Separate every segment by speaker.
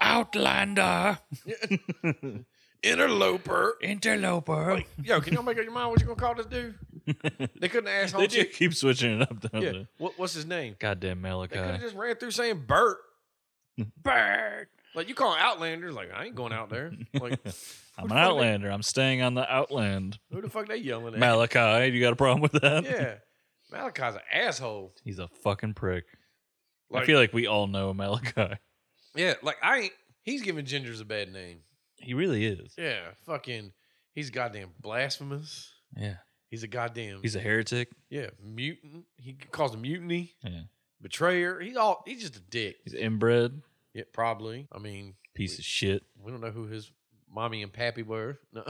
Speaker 1: Outlander,
Speaker 2: Interloper.
Speaker 1: interloper.
Speaker 2: Yo, can y'all make up your mind what you gonna call this dude? They couldn't ask
Speaker 3: They
Speaker 2: on
Speaker 3: just
Speaker 2: chick.
Speaker 3: keep switching it up. Don't
Speaker 2: Yeah.
Speaker 3: they?
Speaker 2: What, what's his name?
Speaker 3: Goddamn
Speaker 2: They could have
Speaker 3: Malachi.
Speaker 2: just ran through saying Bert.
Speaker 1: Bird.
Speaker 2: Like you call him Outlander, like I ain't going out there. Like
Speaker 3: I'm an Outlander. I'm staying on the Outland.
Speaker 2: who the fuck they yelling at?
Speaker 3: Malachi, you got a problem with that?
Speaker 2: Yeah. Malachi's an asshole.
Speaker 3: He's a fucking prick.
Speaker 2: Like,
Speaker 3: I feel like we all know Malachi.
Speaker 2: yeah, like I ain't he's giving gingers a bad name.
Speaker 3: He really is.
Speaker 2: Yeah, fucking he's goddamn blasphemous.
Speaker 3: Yeah.
Speaker 2: He's a goddamn
Speaker 3: He's a heretic.
Speaker 2: yeah, mutant. He caused a mutiny,
Speaker 3: Yeah.
Speaker 2: betrayer. He's all he's just a dick.
Speaker 3: He's inbred.
Speaker 2: Yeah, probably. I mean,
Speaker 3: Piece of shit.
Speaker 2: we don't know who his mommy and pappy were. No.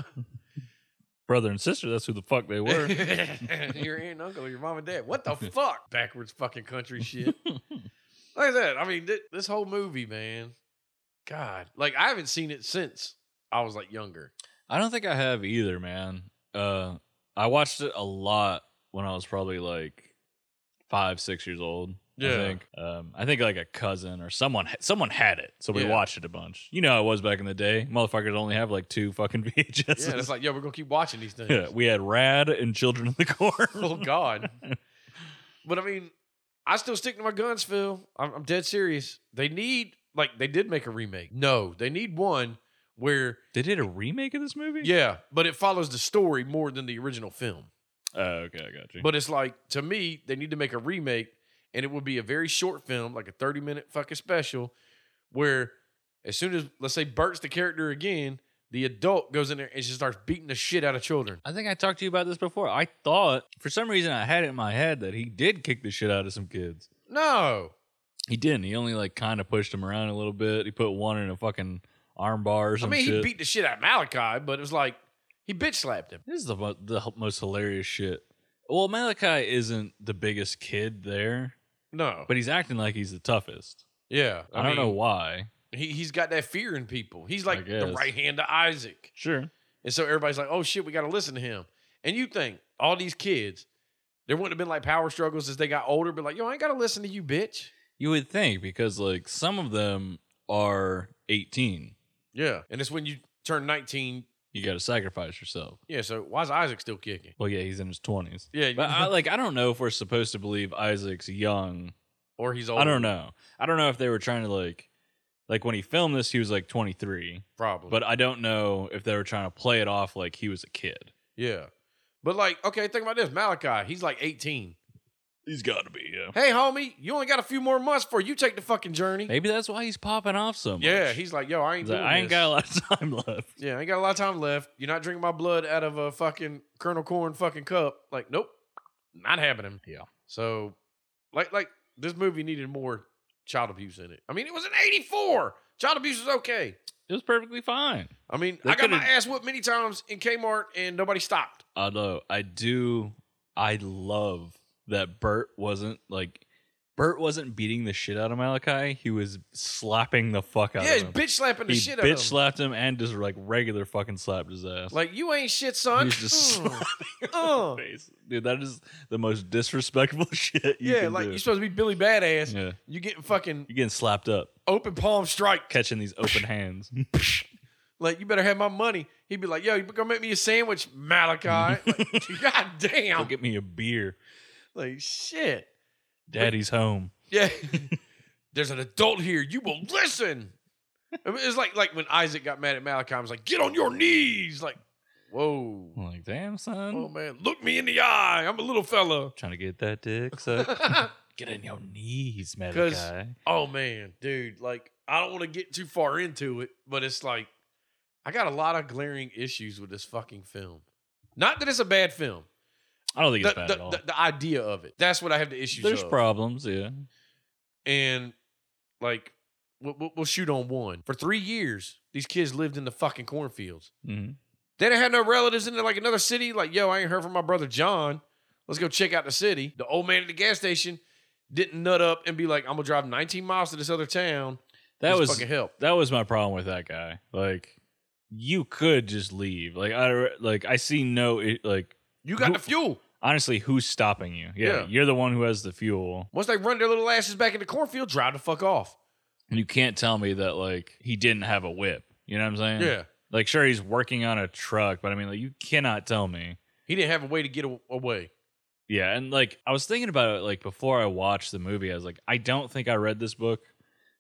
Speaker 3: Brother and sister, that's who the fuck they were.
Speaker 2: your aunt and uncle, your mom and dad. What the fuck? Backwards fucking country shit. like that. I mean, thi- this whole movie, man. God, like I haven't seen it since I was like younger.
Speaker 3: I don't think I have either, man. Uh, I watched it a lot when I was probably like five, six years old. I
Speaker 2: Yeah.
Speaker 3: think. Um, I think like a cousin or someone, someone had it, so we
Speaker 2: Yeah.
Speaker 3: watched it a bunch. You know how it was back in the day. Motherfuckers only have like two fucking VHS.
Speaker 2: yeah, it's like, yo, we're gonna keep watching these things.
Speaker 3: Yeah, we had Rad and Children of the
Speaker 2: oh
Speaker 3: Corn.
Speaker 2: God. But I mean, I still stick to my guns, Phil. I'm, I'm dead serious. They need like they did make a remake. No, they need one where
Speaker 3: they did a remake of this movie.
Speaker 2: yeah, but it follows the story more than the original film.
Speaker 3: Oh, okay, I got you.
Speaker 2: But it's like to me, they need to make a remake, and it would be a very short film, like a thirty minute fucking special, where as soon as let's say Bert's the character again, the adult goes in there and just starts beating the shit out of children.
Speaker 3: I think I talked to you about this before. I thought for some reason I had it in my head that he did kick the shit out of some kids.
Speaker 2: No,
Speaker 3: He didn't. He only like kind of pushed him around a little bit. He put one in a fucking arm bar or
Speaker 2: I
Speaker 3: some
Speaker 2: mean he
Speaker 3: shit.
Speaker 2: beat the shit out of Malachi, but it was like he bitch slapped him.
Speaker 3: this is the mo- the h- most hilarious shit. Well, Malachi isn't the biggest kid there,
Speaker 2: No,
Speaker 3: but he's acting like he's the toughest.
Speaker 2: yeah,
Speaker 3: I, don't
Speaker 2: mean,
Speaker 3: know why.
Speaker 2: He he's got that fear in people. He's like the
Speaker 3: guess.
Speaker 2: right hand of Isaac,
Speaker 3: Sure.
Speaker 2: and so everybody's like, oh shit, we got to listen to him. And you think all these kids. There wouldn't have been like power struggles as they got older, but like, yo, I ain't gotta listen to you, bitch.
Speaker 3: You would think because like some of them are 18.
Speaker 2: Yeah. And it's when you turn 19.
Speaker 3: You got to sacrifice yourself.
Speaker 2: Yeah. So why's Isaac still kicking?
Speaker 3: Well, yeah, he's in his 20s.
Speaker 2: Yeah.
Speaker 3: But I, like I don't know if we're supposed to believe Isaac's young
Speaker 2: or he's old.
Speaker 3: I don't know. I don't know if they were trying to like like when he filmed this he was like 23,
Speaker 2: Probably.
Speaker 3: but I don't know if they were trying to play it off like he was a kid.
Speaker 2: yeah. But like, okay, think about this. Malachi, he's like 18.
Speaker 3: He's got to be, yeah.
Speaker 2: Hey, homie, you only got a few more months before you take the fucking journey.
Speaker 3: Maybe that's why he's popping off so much.
Speaker 2: yeah. He's like, yo, I ain't
Speaker 3: He's like,
Speaker 2: doing
Speaker 3: I ain't
Speaker 2: this.
Speaker 3: got a lot of time left.
Speaker 2: Yeah. I ain't got a lot of time left. You're not drinking my blood out of a fucking Colonel Corn fucking cup. Like, nope. Not happening.
Speaker 3: Yeah.
Speaker 2: So, like, like this movie needed more child abuse in it. I mean, it was an 84. Child abuse is okay.
Speaker 3: It was perfectly fine.
Speaker 2: I mean,
Speaker 3: They
Speaker 2: I got my
Speaker 3: could've-
Speaker 2: ass whooped many times in Kmart and nobody stopped.
Speaker 3: Although I do I love that Bert wasn't like Bert wasn't beating the shit out of Malachi. He was slapping the fuck out
Speaker 2: Yeah,
Speaker 3: of
Speaker 2: he's
Speaker 3: him.
Speaker 2: bitch slapping the
Speaker 3: he
Speaker 2: shit out of
Speaker 3: bitch
Speaker 2: him.
Speaker 3: slapped him and just like regular fucking slapped his ass.
Speaker 2: like you ain't shit, son.
Speaker 3: He's just
Speaker 2: Mm.
Speaker 3: slapping
Speaker 2: Uh.
Speaker 3: her in the face. Dude, that is the most disrespectful shit you
Speaker 2: yeah,
Speaker 3: can
Speaker 2: like
Speaker 3: do.
Speaker 2: you're supposed to be Billy Badass.
Speaker 3: yeah.
Speaker 2: You getting fucking
Speaker 3: You're getting slapped up,
Speaker 2: open palm strike.
Speaker 3: catching these open hands.
Speaker 2: Like you better have my money. He'd be like, "Yo, you gonna make me a sandwich, Malachi?" Like, God
Speaker 3: Go
Speaker 2: damn.
Speaker 3: get me a beer.
Speaker 2: Like shit.
Speaker 3: Daddy's home.
Speaker 2: Yeah. There's an adult here. You will listen. I mean, it's like like when Isaac got mad at Malachi. I was like, "Get on your knees!" Like, whoa.
Speaker 3: I'm like, damn, son.
Speaker 2: Oh man, look me in the eye. I'm a little fella.
Speaker 3: Trying to get that dick sucked. get on your knees, Malachi.
Speaker 2: 'Cause- oh man, dude, like I don't want to get too far into it, but it's like I got a lot of glaring issues with this fucking film. Not that it's a bad film.
Speaker 3: I don't think
Speaker 2: The,
Speaker 3: it's bad
Speaker 2: the-
Speaker 3: at all.
Speaker 2: the- the idea of it. That's what I have the issues
Speaker 3: There's
Speaker 2: of.
Speaker 3: problems, yeah.
Speaker 2: and like we'll, we'll- we'll shoot on one. For 3 years, these kids lived in the fucking cornfields.
Speaker 3: hmm
Speaker 2: They didn't have no relatives in like another city. Like, yo, I ain't heard from my brother John. Let's go check out the city. The old man at the gas station didn't nut up and be like, I'm gonna drive 19 miles to this other town.
Speaker 3: That
Speaker 2: Let's
Speaker 3: was
Speaker 2: fucking help.
Speaker 3: that was my problem with that guy. Like, you could just leave. Like, I like I see no it, like.
Speaker 2: You got the fuel.
Speaker 3: Honestly, who's stopping you? yeah,
Speaker 2: Yeah.
Speaker 3: you're the one who has the fuel.
Speaker 2: Once they run their little asses back in the cornfield, drive the fuck off.
Speaker 3: And you can't tell me that like he didn't have a whip. You know what I'm saying?
Speaker 2: Yeah.
Speaker 3: Like sure he's working on a truck, but I mean like you cannot tell me.
Speaker 2: He didn't have a way to get a- away.
Speaker 3: Yeah, and like I was thinking about it like before I watched the movie, I was like, I don't think I read this book.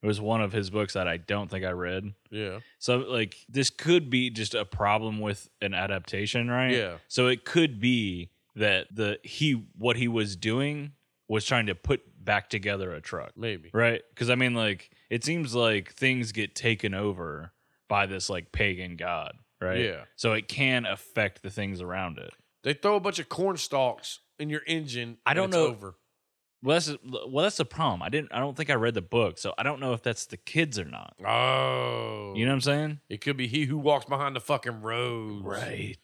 Speaker 3: It was one of his books that I don't think I read.
Speaker 2: Yeah.
Speaker 3: So like this could be just a problem with an adaptation, right?
Speaker 2: Yeah.
Speaker 3: So it could be that the he what he was doing was trying to put back together a truck.
Speaker 2: Maybe.
Speaker 3: Right? Cuz I mean like it seems like things get taken over by this like pagan god, right?
Speaker 2: Yeah.
Speaker 3: So it can affect the things around it.
Speaker 2: They throw a bunch of corn stalks in your engine.
Speaker 3: I
Speaker 2: and
Speaker 3: don't
Speaker 2: it's
Speaker 3: know-
Speaker 2: Over.
Speaker 3: Well, that's well, that's the problem. I didn't. I don't think I read the book, so I don't know if that's the kids or not.
Speaker 2: Oh.
Speaker 3: You know what I'm saying?
Speaker 2: It could be he who walks behind the fucking rose.
Speaker 3: Right.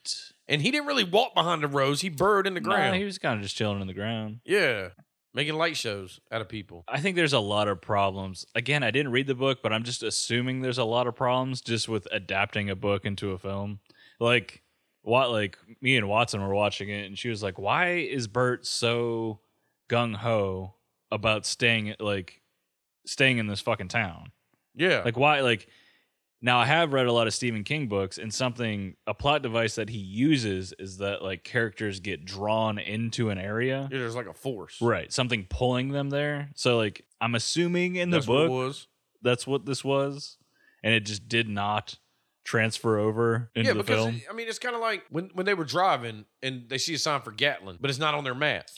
Speaker 2: And he didn't really walk behind the rose. He burrowed in the ground.
Speaker 3: he was kind of just chilling in the ground.
Speaker 2: yeah. Making light shows out of people.
Speaker 3: I think there's a lot of problems. Again, I didn't read the book, but I'm just assuming there's a lot of problems just with adapting a book into a film. Like what? Like me and Watson were watching it, and she was like, "Why is Bert so gung ho about staying like staying in this fucking town?"
Speaker 2: Yeah.
Speaker 3: like why like now i have read a lot of stephen king books and something a plot device that he uses is that like characters get drawn into an area
Speaker 2: Yeah, there's like a force.
Speaker 3: right something pulling them there so like i'm assuming in
Speaker 2: That's
Speaker 3: the
Speaker 2: what it
Speaker 3: book
Speaker 2: was.
Speaker 3: that's what this was and it just did not transfer over into
Speaker 2: Yeah,
Speaker 3: the
Speaker 2: because
Speaker 3: film
Speaker 2: I mean it's kinda like when, when they were driving and they see a sign for Gatlin, but it's not on their map.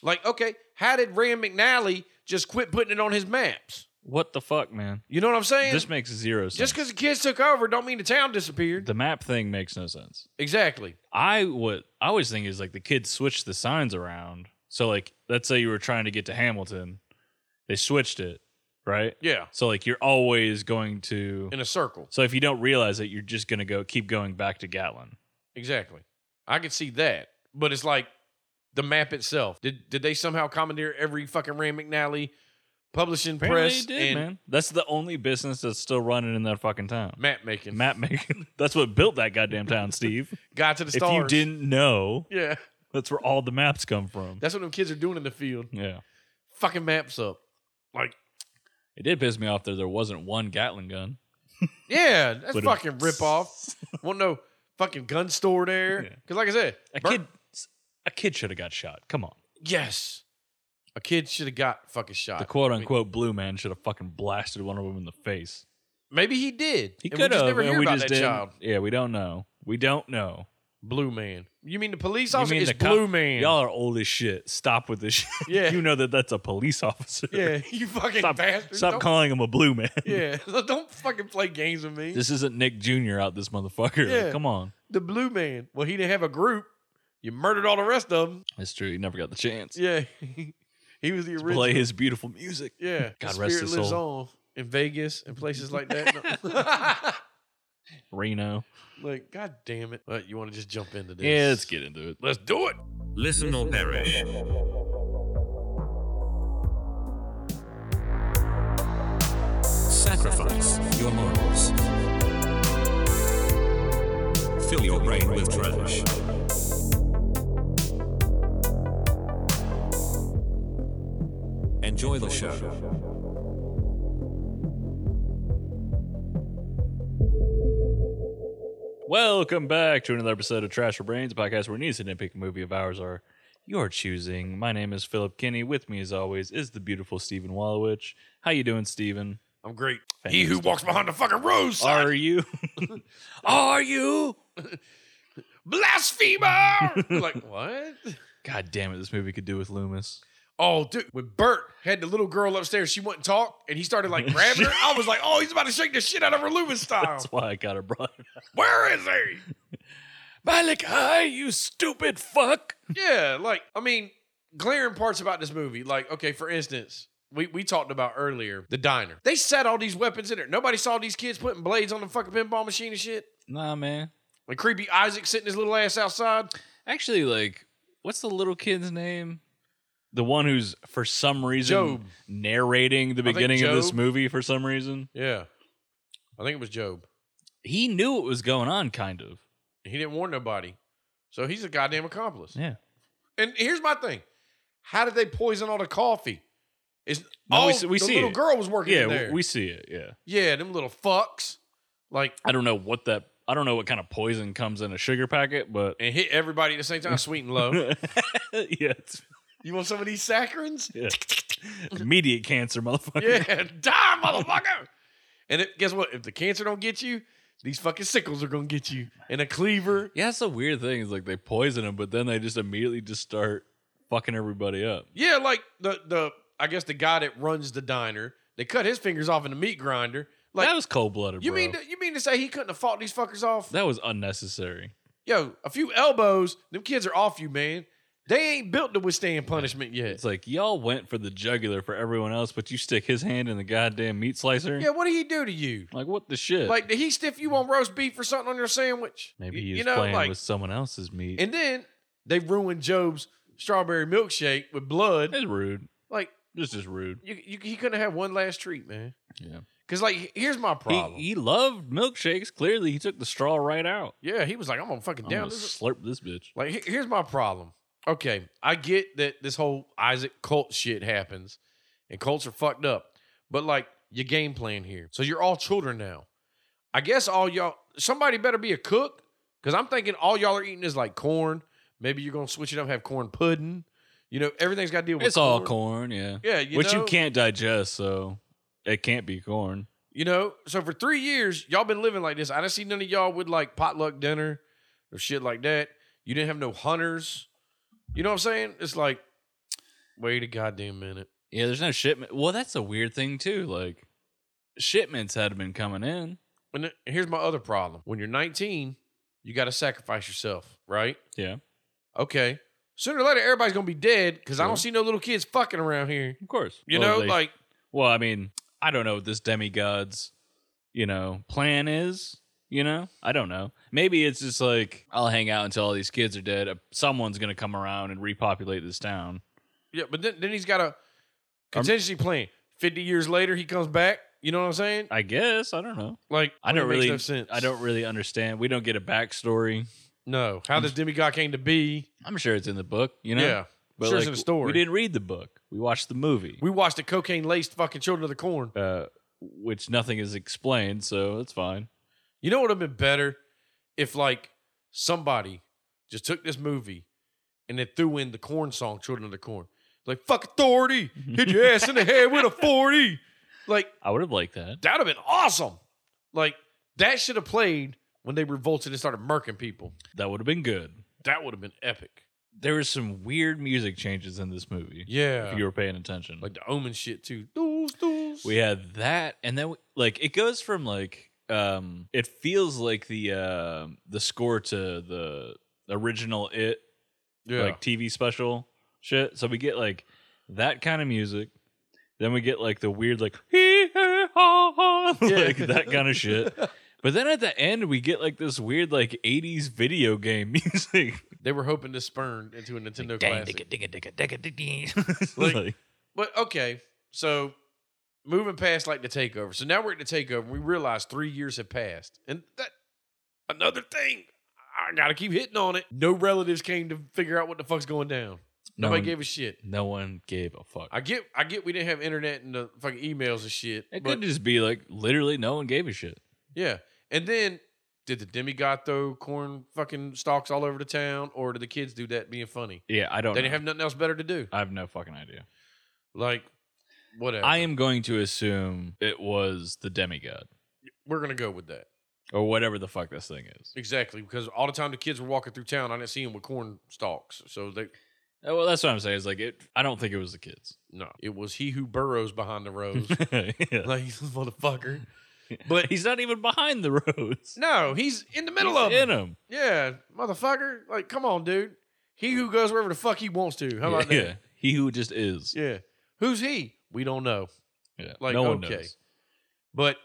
Speaker 2: Like, okay, how did Rand McNally just quit putting it on his maps?
Speaker 3: what the fuck man
Speaker 2: You know what I'm saying?
Speaker 3: this makes zero sense
Speaker 2: Just because the kids took over, don't mean the town disappeared.
Speaker 3: the map thing makes no sense
Speaker 2: exactly.
Speaker 3: I what I always think is like the kids switched the signs around. So like let's say you were trying to get to Hamilton, they switched it, right?
Speaker 2: Yeah,
Speaker 3: So like you're always going to
Speaker 2: in a circle.
Speaker 3: So if you don't realize it, you're just gonna go keep going back to Gatlin.
Speaker 2: Exactly. I could see that, but it's like the map itself. Did did they somehow commandeer every fucking Rand McNally publishing press and
Speaker 3: That's the only business that's still running in that fucking town.
Speaker 2: map making?
Speaker 3: Map making. That's what built that goddamn town, Steve.
Speaker 2: Got to the
Speaker 3: if
Speaker 2: stars.
Speaker 3: you didn't know,
Speaker 2: yeah,
Speaker 3: that's where all the maps come from.
Speaker 2: that's what them kids are doing in the field.
Speaker 3: Yeah.
Speaker 2: Fucking maps up. Like,
Speaker 3: It did piss me off that there wasn't one Gatlin gun.
Speaker 2: yeah, that's
Speaker 3: But it-
Speaker 2: fucking rip off. Want no fucking gun store there?
Speaker 3: Yeah.
Speaker 2: Because like I said,
Speaker 3: A
Speaker 2: Bert-
Speaker 3: kid a kid should have got shot. Come on.
Speaker 2: Yes, a kid should have got fucking shot.
Speaker 3: The quote unquote blue man should have fucking blasted one of them in the face.
Speaker 2: Maybe he did.
Speaker 3: He
Speaker 2: and we
Speaker 3: could
Speaker 2: just
Speaker 3: have,
Speaker 2: Never
Speaker 3: and
Speaker 2: hear
Speaker 3: we
Speaker 2: about
Speaker 3: just
Speaker 2: that
Speaker 3: didn't.
Speaker 2: child.
Speaker 3: Yeah, we don't know. We don't know.
Speaker 2: Blue man. You mean the police
Speaker 3: You
Speaker 2: officer?
Speaker 3: mean
Speaker 2: It's
Speaker 3: the cop-
Speaker 2: blue man.
Speaker 3: Y'all are old as shit. Stop with this shit.
Speaker 2: Yeah.
Speaker 3: you know that that's a police officer.
Speaker 2: yeah, you fucking
Speaker 3: Stop,
Speaker 2: bastard.
Speaker 3: stop
Speaker 2: don't,
Speaker 3: calling him a blue man.
Speaker 2: yeah, don't fucking play games with me.
Speaker 3: This isn't Nick Jr. out this motherfucker. Like,
Speaker 2: Yeah.
Speaker 3: come on.
Speaker 2: the blue man. Well, he didn't have a group. You murdered all the rest of them.
Speaker 3: That's true. He never got the chance.
Speaker 2: Yeah, he was the
Speaker 3: to
Speaker 2: original.
Speaker 3: Play his beautiful music.
Speaker 2: yeah,
Speaker 3: God
Speaker 2: his
Speaker 3: rest
Speaker 2: spirit
Speaker 3: his
Speaker 2: lives
Speaker 3: soul.
Speaker 2: on in Vegas and places like that.
Speaker 3: Reno.
Speaker 2: like, god damn it! But you want to just jump into this?
Speaker 3: Yeah, let's get into it.
Speaker 2: Let's do it.
Speaker 4: Listen or perish. Sacrifice your morals. Fill your brain with trash. Enjoy the show.
Speaker 3: Welcome back to another episode of Trash for Brains, a podcast where needs to nitpick a movie of ours are your choosing. My name is Philip Kinney. With me, as always, is the beautiful Stephen Wallowich. How you doing, Stephen?
Speaker 2: I'm great. He who walks behind the fucking rose. son.
Speaker 3: Are you?
Speaker 2: Are you blasphemer? like what?
Speaker 3: God damn it! This movie could do with Loomis.
Speaker 2: Oh, dude, when Bert had the little girl upstairs, she wouldn't talk, and he started like grabbing her. I was like, oh, he's about to shake the shit out of her Loomis style.
Speaker 4: Oh.
Speaker 3: That's why I got it brought. it up.
Speaker 2: Where is he?
Speaker 3: Malachi, you stupid fuck!
Speaker 2: Yeah, like I mean, glaring parts about this movie. Like, okay, for instance. We, we talked about earlier the diner. They set all these weapons in there. Nobody saw these kids putting blades on the fucking pinball machine and shit.
Speaker 3: Nah, man.
Speaker 2: Like creepy Isaac sitting his little ass outside.
Speaker 3: Actually, like, what's the little kid's name? The one who's for some reason
Speaker 2: Job.
Speaker 3: narrating the
Speaker 2: think
Speaker 3: beginning of this
Speaker 2: Job.
Speaker 3: movie for some reason.
Speaker 2: Yeah, I think it was Job.
Speaker 3: He knew what was going on, kind of.
Speaker 2: He didn't warn nobody. So he's a goddamn accomplice.
Speaker 3: Yeah.
Speaker 2: And here's my thing. How did they poison all the coffee? It's
Speaker 3: No,
Speaker 2: all,
Speaker 3: we see- we
Speaker 2: the
Speaker 3: see
Speaker 2: little
Speaker 3: it.
Speaker 2: girl was working
Speaker 3: Yeah,
Speaker 2: in there.
Speaker 3: w- we see it. Yeah.
Speaker 2: yeah, them little fucks, like
Speaker 3: I don't know what that. I don't know what kind of poison comes in a sugar packet, but
Speaker 2: and hit everybody at the same time, sweet and low.
Speaker 3: yeah, it's,
Speaker 2: you want some of these saccharins?
Speaker 3: yeah. immediate cancer, motherfucker.
Speaker 2: Yeah, die, motherfucker. And it, guess what? If the cancer don't get you, these fucking sickles are gonna get you, and a cleaver.
Speaker 3: Yeah, that's the weird thing. Is like they poison him, but then they just immediately just start fucking everybody up.
Speaker 2: Yeah, like the the I guess the guy that runs the diner, they cut his fingers off in the meat grinder. Like
Speaker 3: that was cold blooded.
Speaker 2: you
Speaker 3: bro.
Speaker 2: mean to, you mean to say he couldn't have fought these fuckers off?
Speaker 3: that was unnecessary?
Speaker 2: Yo, a few elbows, them kids are off you, man. They ain't built to withstand punishment yet.
Speaker 3: It's like y'all went for the jugular for everyone else, but you stick his hand in the goddamn meat slicer.
Speaker 2: Yeah, what did he do to you?
Speaker 3: Like what the shit?
Speaker 2: Like did he stiff you on roast beef or something on your sandwich?
Speaker 3: maybe
Speaker 2: You-
Speaker 3: he's
Speaker 2: you know,
Speaker 3: playing
Speaker 2: like,
Speaker 3: with someone else's meat.
Speaker 2: And then they ruined Job's strawberry milkshake with blood.
Speaker 3: it's rude.
Speaker 2: Like
Speaker 3: It's just rude.
Speaker 2: you, you he couldn't have one last treat, man.
Speaker 3: Yeah.
Speaker 2: Cause like here's my problem.
Speaker 3: He, he loved milkshakes. Clearly, he took the straw right out.
Speaker 2: yeah, he was like, I'm gonna fucking
Speaker 3: I'm
Speaker 2: down
Speaker 3: gonna
Speaker 2: this.
Speaker 3: slurp this bitch.
Speaker 2: Like, he- here's my problem. Okay, I get that this whole Isaac cult shit happens, and cults are fucked up. But like, your game plan here. So you're all children now. I guess all y'all. Somebody better be a cook, because I'm thinking all y'all are eating is like corn. Maybe you're gonna switch it up, have corn pudding. You know, everything's got to deal with.
Speaker 3: It's all corn, yeah.
Speaker 2: Yeah, you
Speaker 3: Which
Speaker 2: know?
Speaker 3: you can't digest, so it can't be corn.
Speaker 2: You know, so for three years, y'all been living like this. I didn't see none of y'all with like potluck dinner or shit like that. You didn't have no hunters. You know what I'm saying? It's like, wait a goddamn minute.
Speaker 3: Yeah, there's no shipment. Well, that's a weird thing too. Like shipments had been coming in.
Speaker 2: And th- here's my other problem. When you're 19, you got to sacrifice yourself, right?
Speaker 3: Yeah,
Speaker 2: Okay. Sooner or later, everybody's going to be dead because I
Speaker 3: Sure.
Speaker 2: don't see no little kids fucking around here.
Speaker 3: of course.
Speaker 2: You
Speaker 3: Well,
Speaker 2: know,
Speaker 3: they-
Speaker 2: like,
Speaker 3: well, I mean, I don't know what this demigod's, you know, plan is. You know, I don't know. Maybe it's just like I'll hang out until all these kids are dead. Uh, Someone's gonna come around and repopulate this town.
Speaker 2: yeah, but then, then he's got a contingency plan. 50 years later, he comes back. You know what I'm saying?
Speaker 3: I guess I don't know.
Speaker 2: Like,
Speaker 3: I
Speaker 2: it
Speaker 3: don't
Speaker 2: makes
Speaker 3: really.
Speaker 2: no sense.
Speaker 3: I don't really understand. We don't get a backstory.
Speaker 2: No, how this demigod came to be.
Speaker 3: I'm sure it's in the book. You know.
Speaker 2: yeah, sure it's in the story.
Speaker 3: We didn't read the book. We watched the movie.
Speaker 2: We watched the cocaine laced fucking children of the corn.
Speaker 3: uh, which nothing is explained, so it's fine.
Speaker 2: You know what would have been better if like somebody just took this movie and then threw in the corn song, Children of the Corn. Like fuck authority, hit your ass in the head with a forty. Like
Speaker 3: I would have liked that.
Speaker 2: that'd have been awesome. Like that should have played when they revolted and started murking people.
Speaker 3: That would have been good.
Speaker 2: That would have been epic.
Speaker 3: There was some weird music changes in this movie.
Speaker 2: Yeah,
Speaker 3: If you were paying attention,
Speaker 2: like the Omen shit too. Doos, doos.
Speaker 3: we had that, and then we, like it goes from like um, it feels like the uh, the score to the original it
Speaker 2: yeah.
Speaker 3: like TV special shit. So we get like that kind of music. Then we get like the weird like hee hee ha ha
Speaker 2: Yeah.
Speaker 3: like that kind of shit. But then at the end we get like this weird like 80s video game music.
Speaker 2: they were hoping to spurn into a Nintendo
Speaker 1: Dang,
Speaker 2: classic.
Speaker 1: digga, digga, digga, digga, digga.
Speaker 3: like,
Speaker 2: But okay, so moving past like the takeover. So now we're at the takeover. And we realize three years have passed, and that another thing. I gotta keep hitting on it. No relatives came to figure out what the fuck's going down.
Speaker 3: no,
Speaker 2: Nobody
Speaker 3: one,
Speaker 2: gave a shit.
Speaker 3: no one gave a fuck.
Speaker 2: I get, I get. We didn't have internet and the fucking emails and shit.
Speaker 3: it
Speaker 2: but
Speaker 3: could just be like literally no one gave a shit.
Speaker 2: yeah, and then did the demigod throw corn fucking stalks all over the town, or did the kids do that being funny?
Speaker 3: Yeah, I don't
Speaker 2: They
Speaker 3: know.
Speaker 2: didn't have nothing else better to do.
Speaker 3: I have no fucking idea.
Speaker 2: Like, whatever.
Speaker 3: I am going to assume it was the demigod
Speaker 2: We're gonna go with that.
Speaker 3: or whatever the fuck this thing is.
Speaker 2: Exactly, because all the time the kids were walking through town, I didn't see them with corn stalks. So they
Speaker 3: Uh, Well, that's what I'm saying. Is like it. I don't think it was the kids.
Speaker 2: no, it was he who burrows behind the rose,
Speaker 3: Yeah.
Speaker 2: like this motherfucker.
Speaker 3: but he's not even behind the roads.
Speaker 2: No, he's in the middle
Speaker 3: He's
Speaker 2: of
Speaker 3: in
Speaker 2: it.
Speaker 3: them.
Speaker 2: Yeah, motherfucker. Like, come on, dude. He who goes wherever the fuck he wants to. How about
Speaker 3: yeah,
Speaker 2: that?
Speaker 3: he who just is.
Speaker 2: Yeah. Who's he? We don't know.
Speaker 3: Yeah,
Speaker 2: Like,
Speaker 3: no one
Speaker 2: okay.
Speaker 3: knows.
Speaker 2: But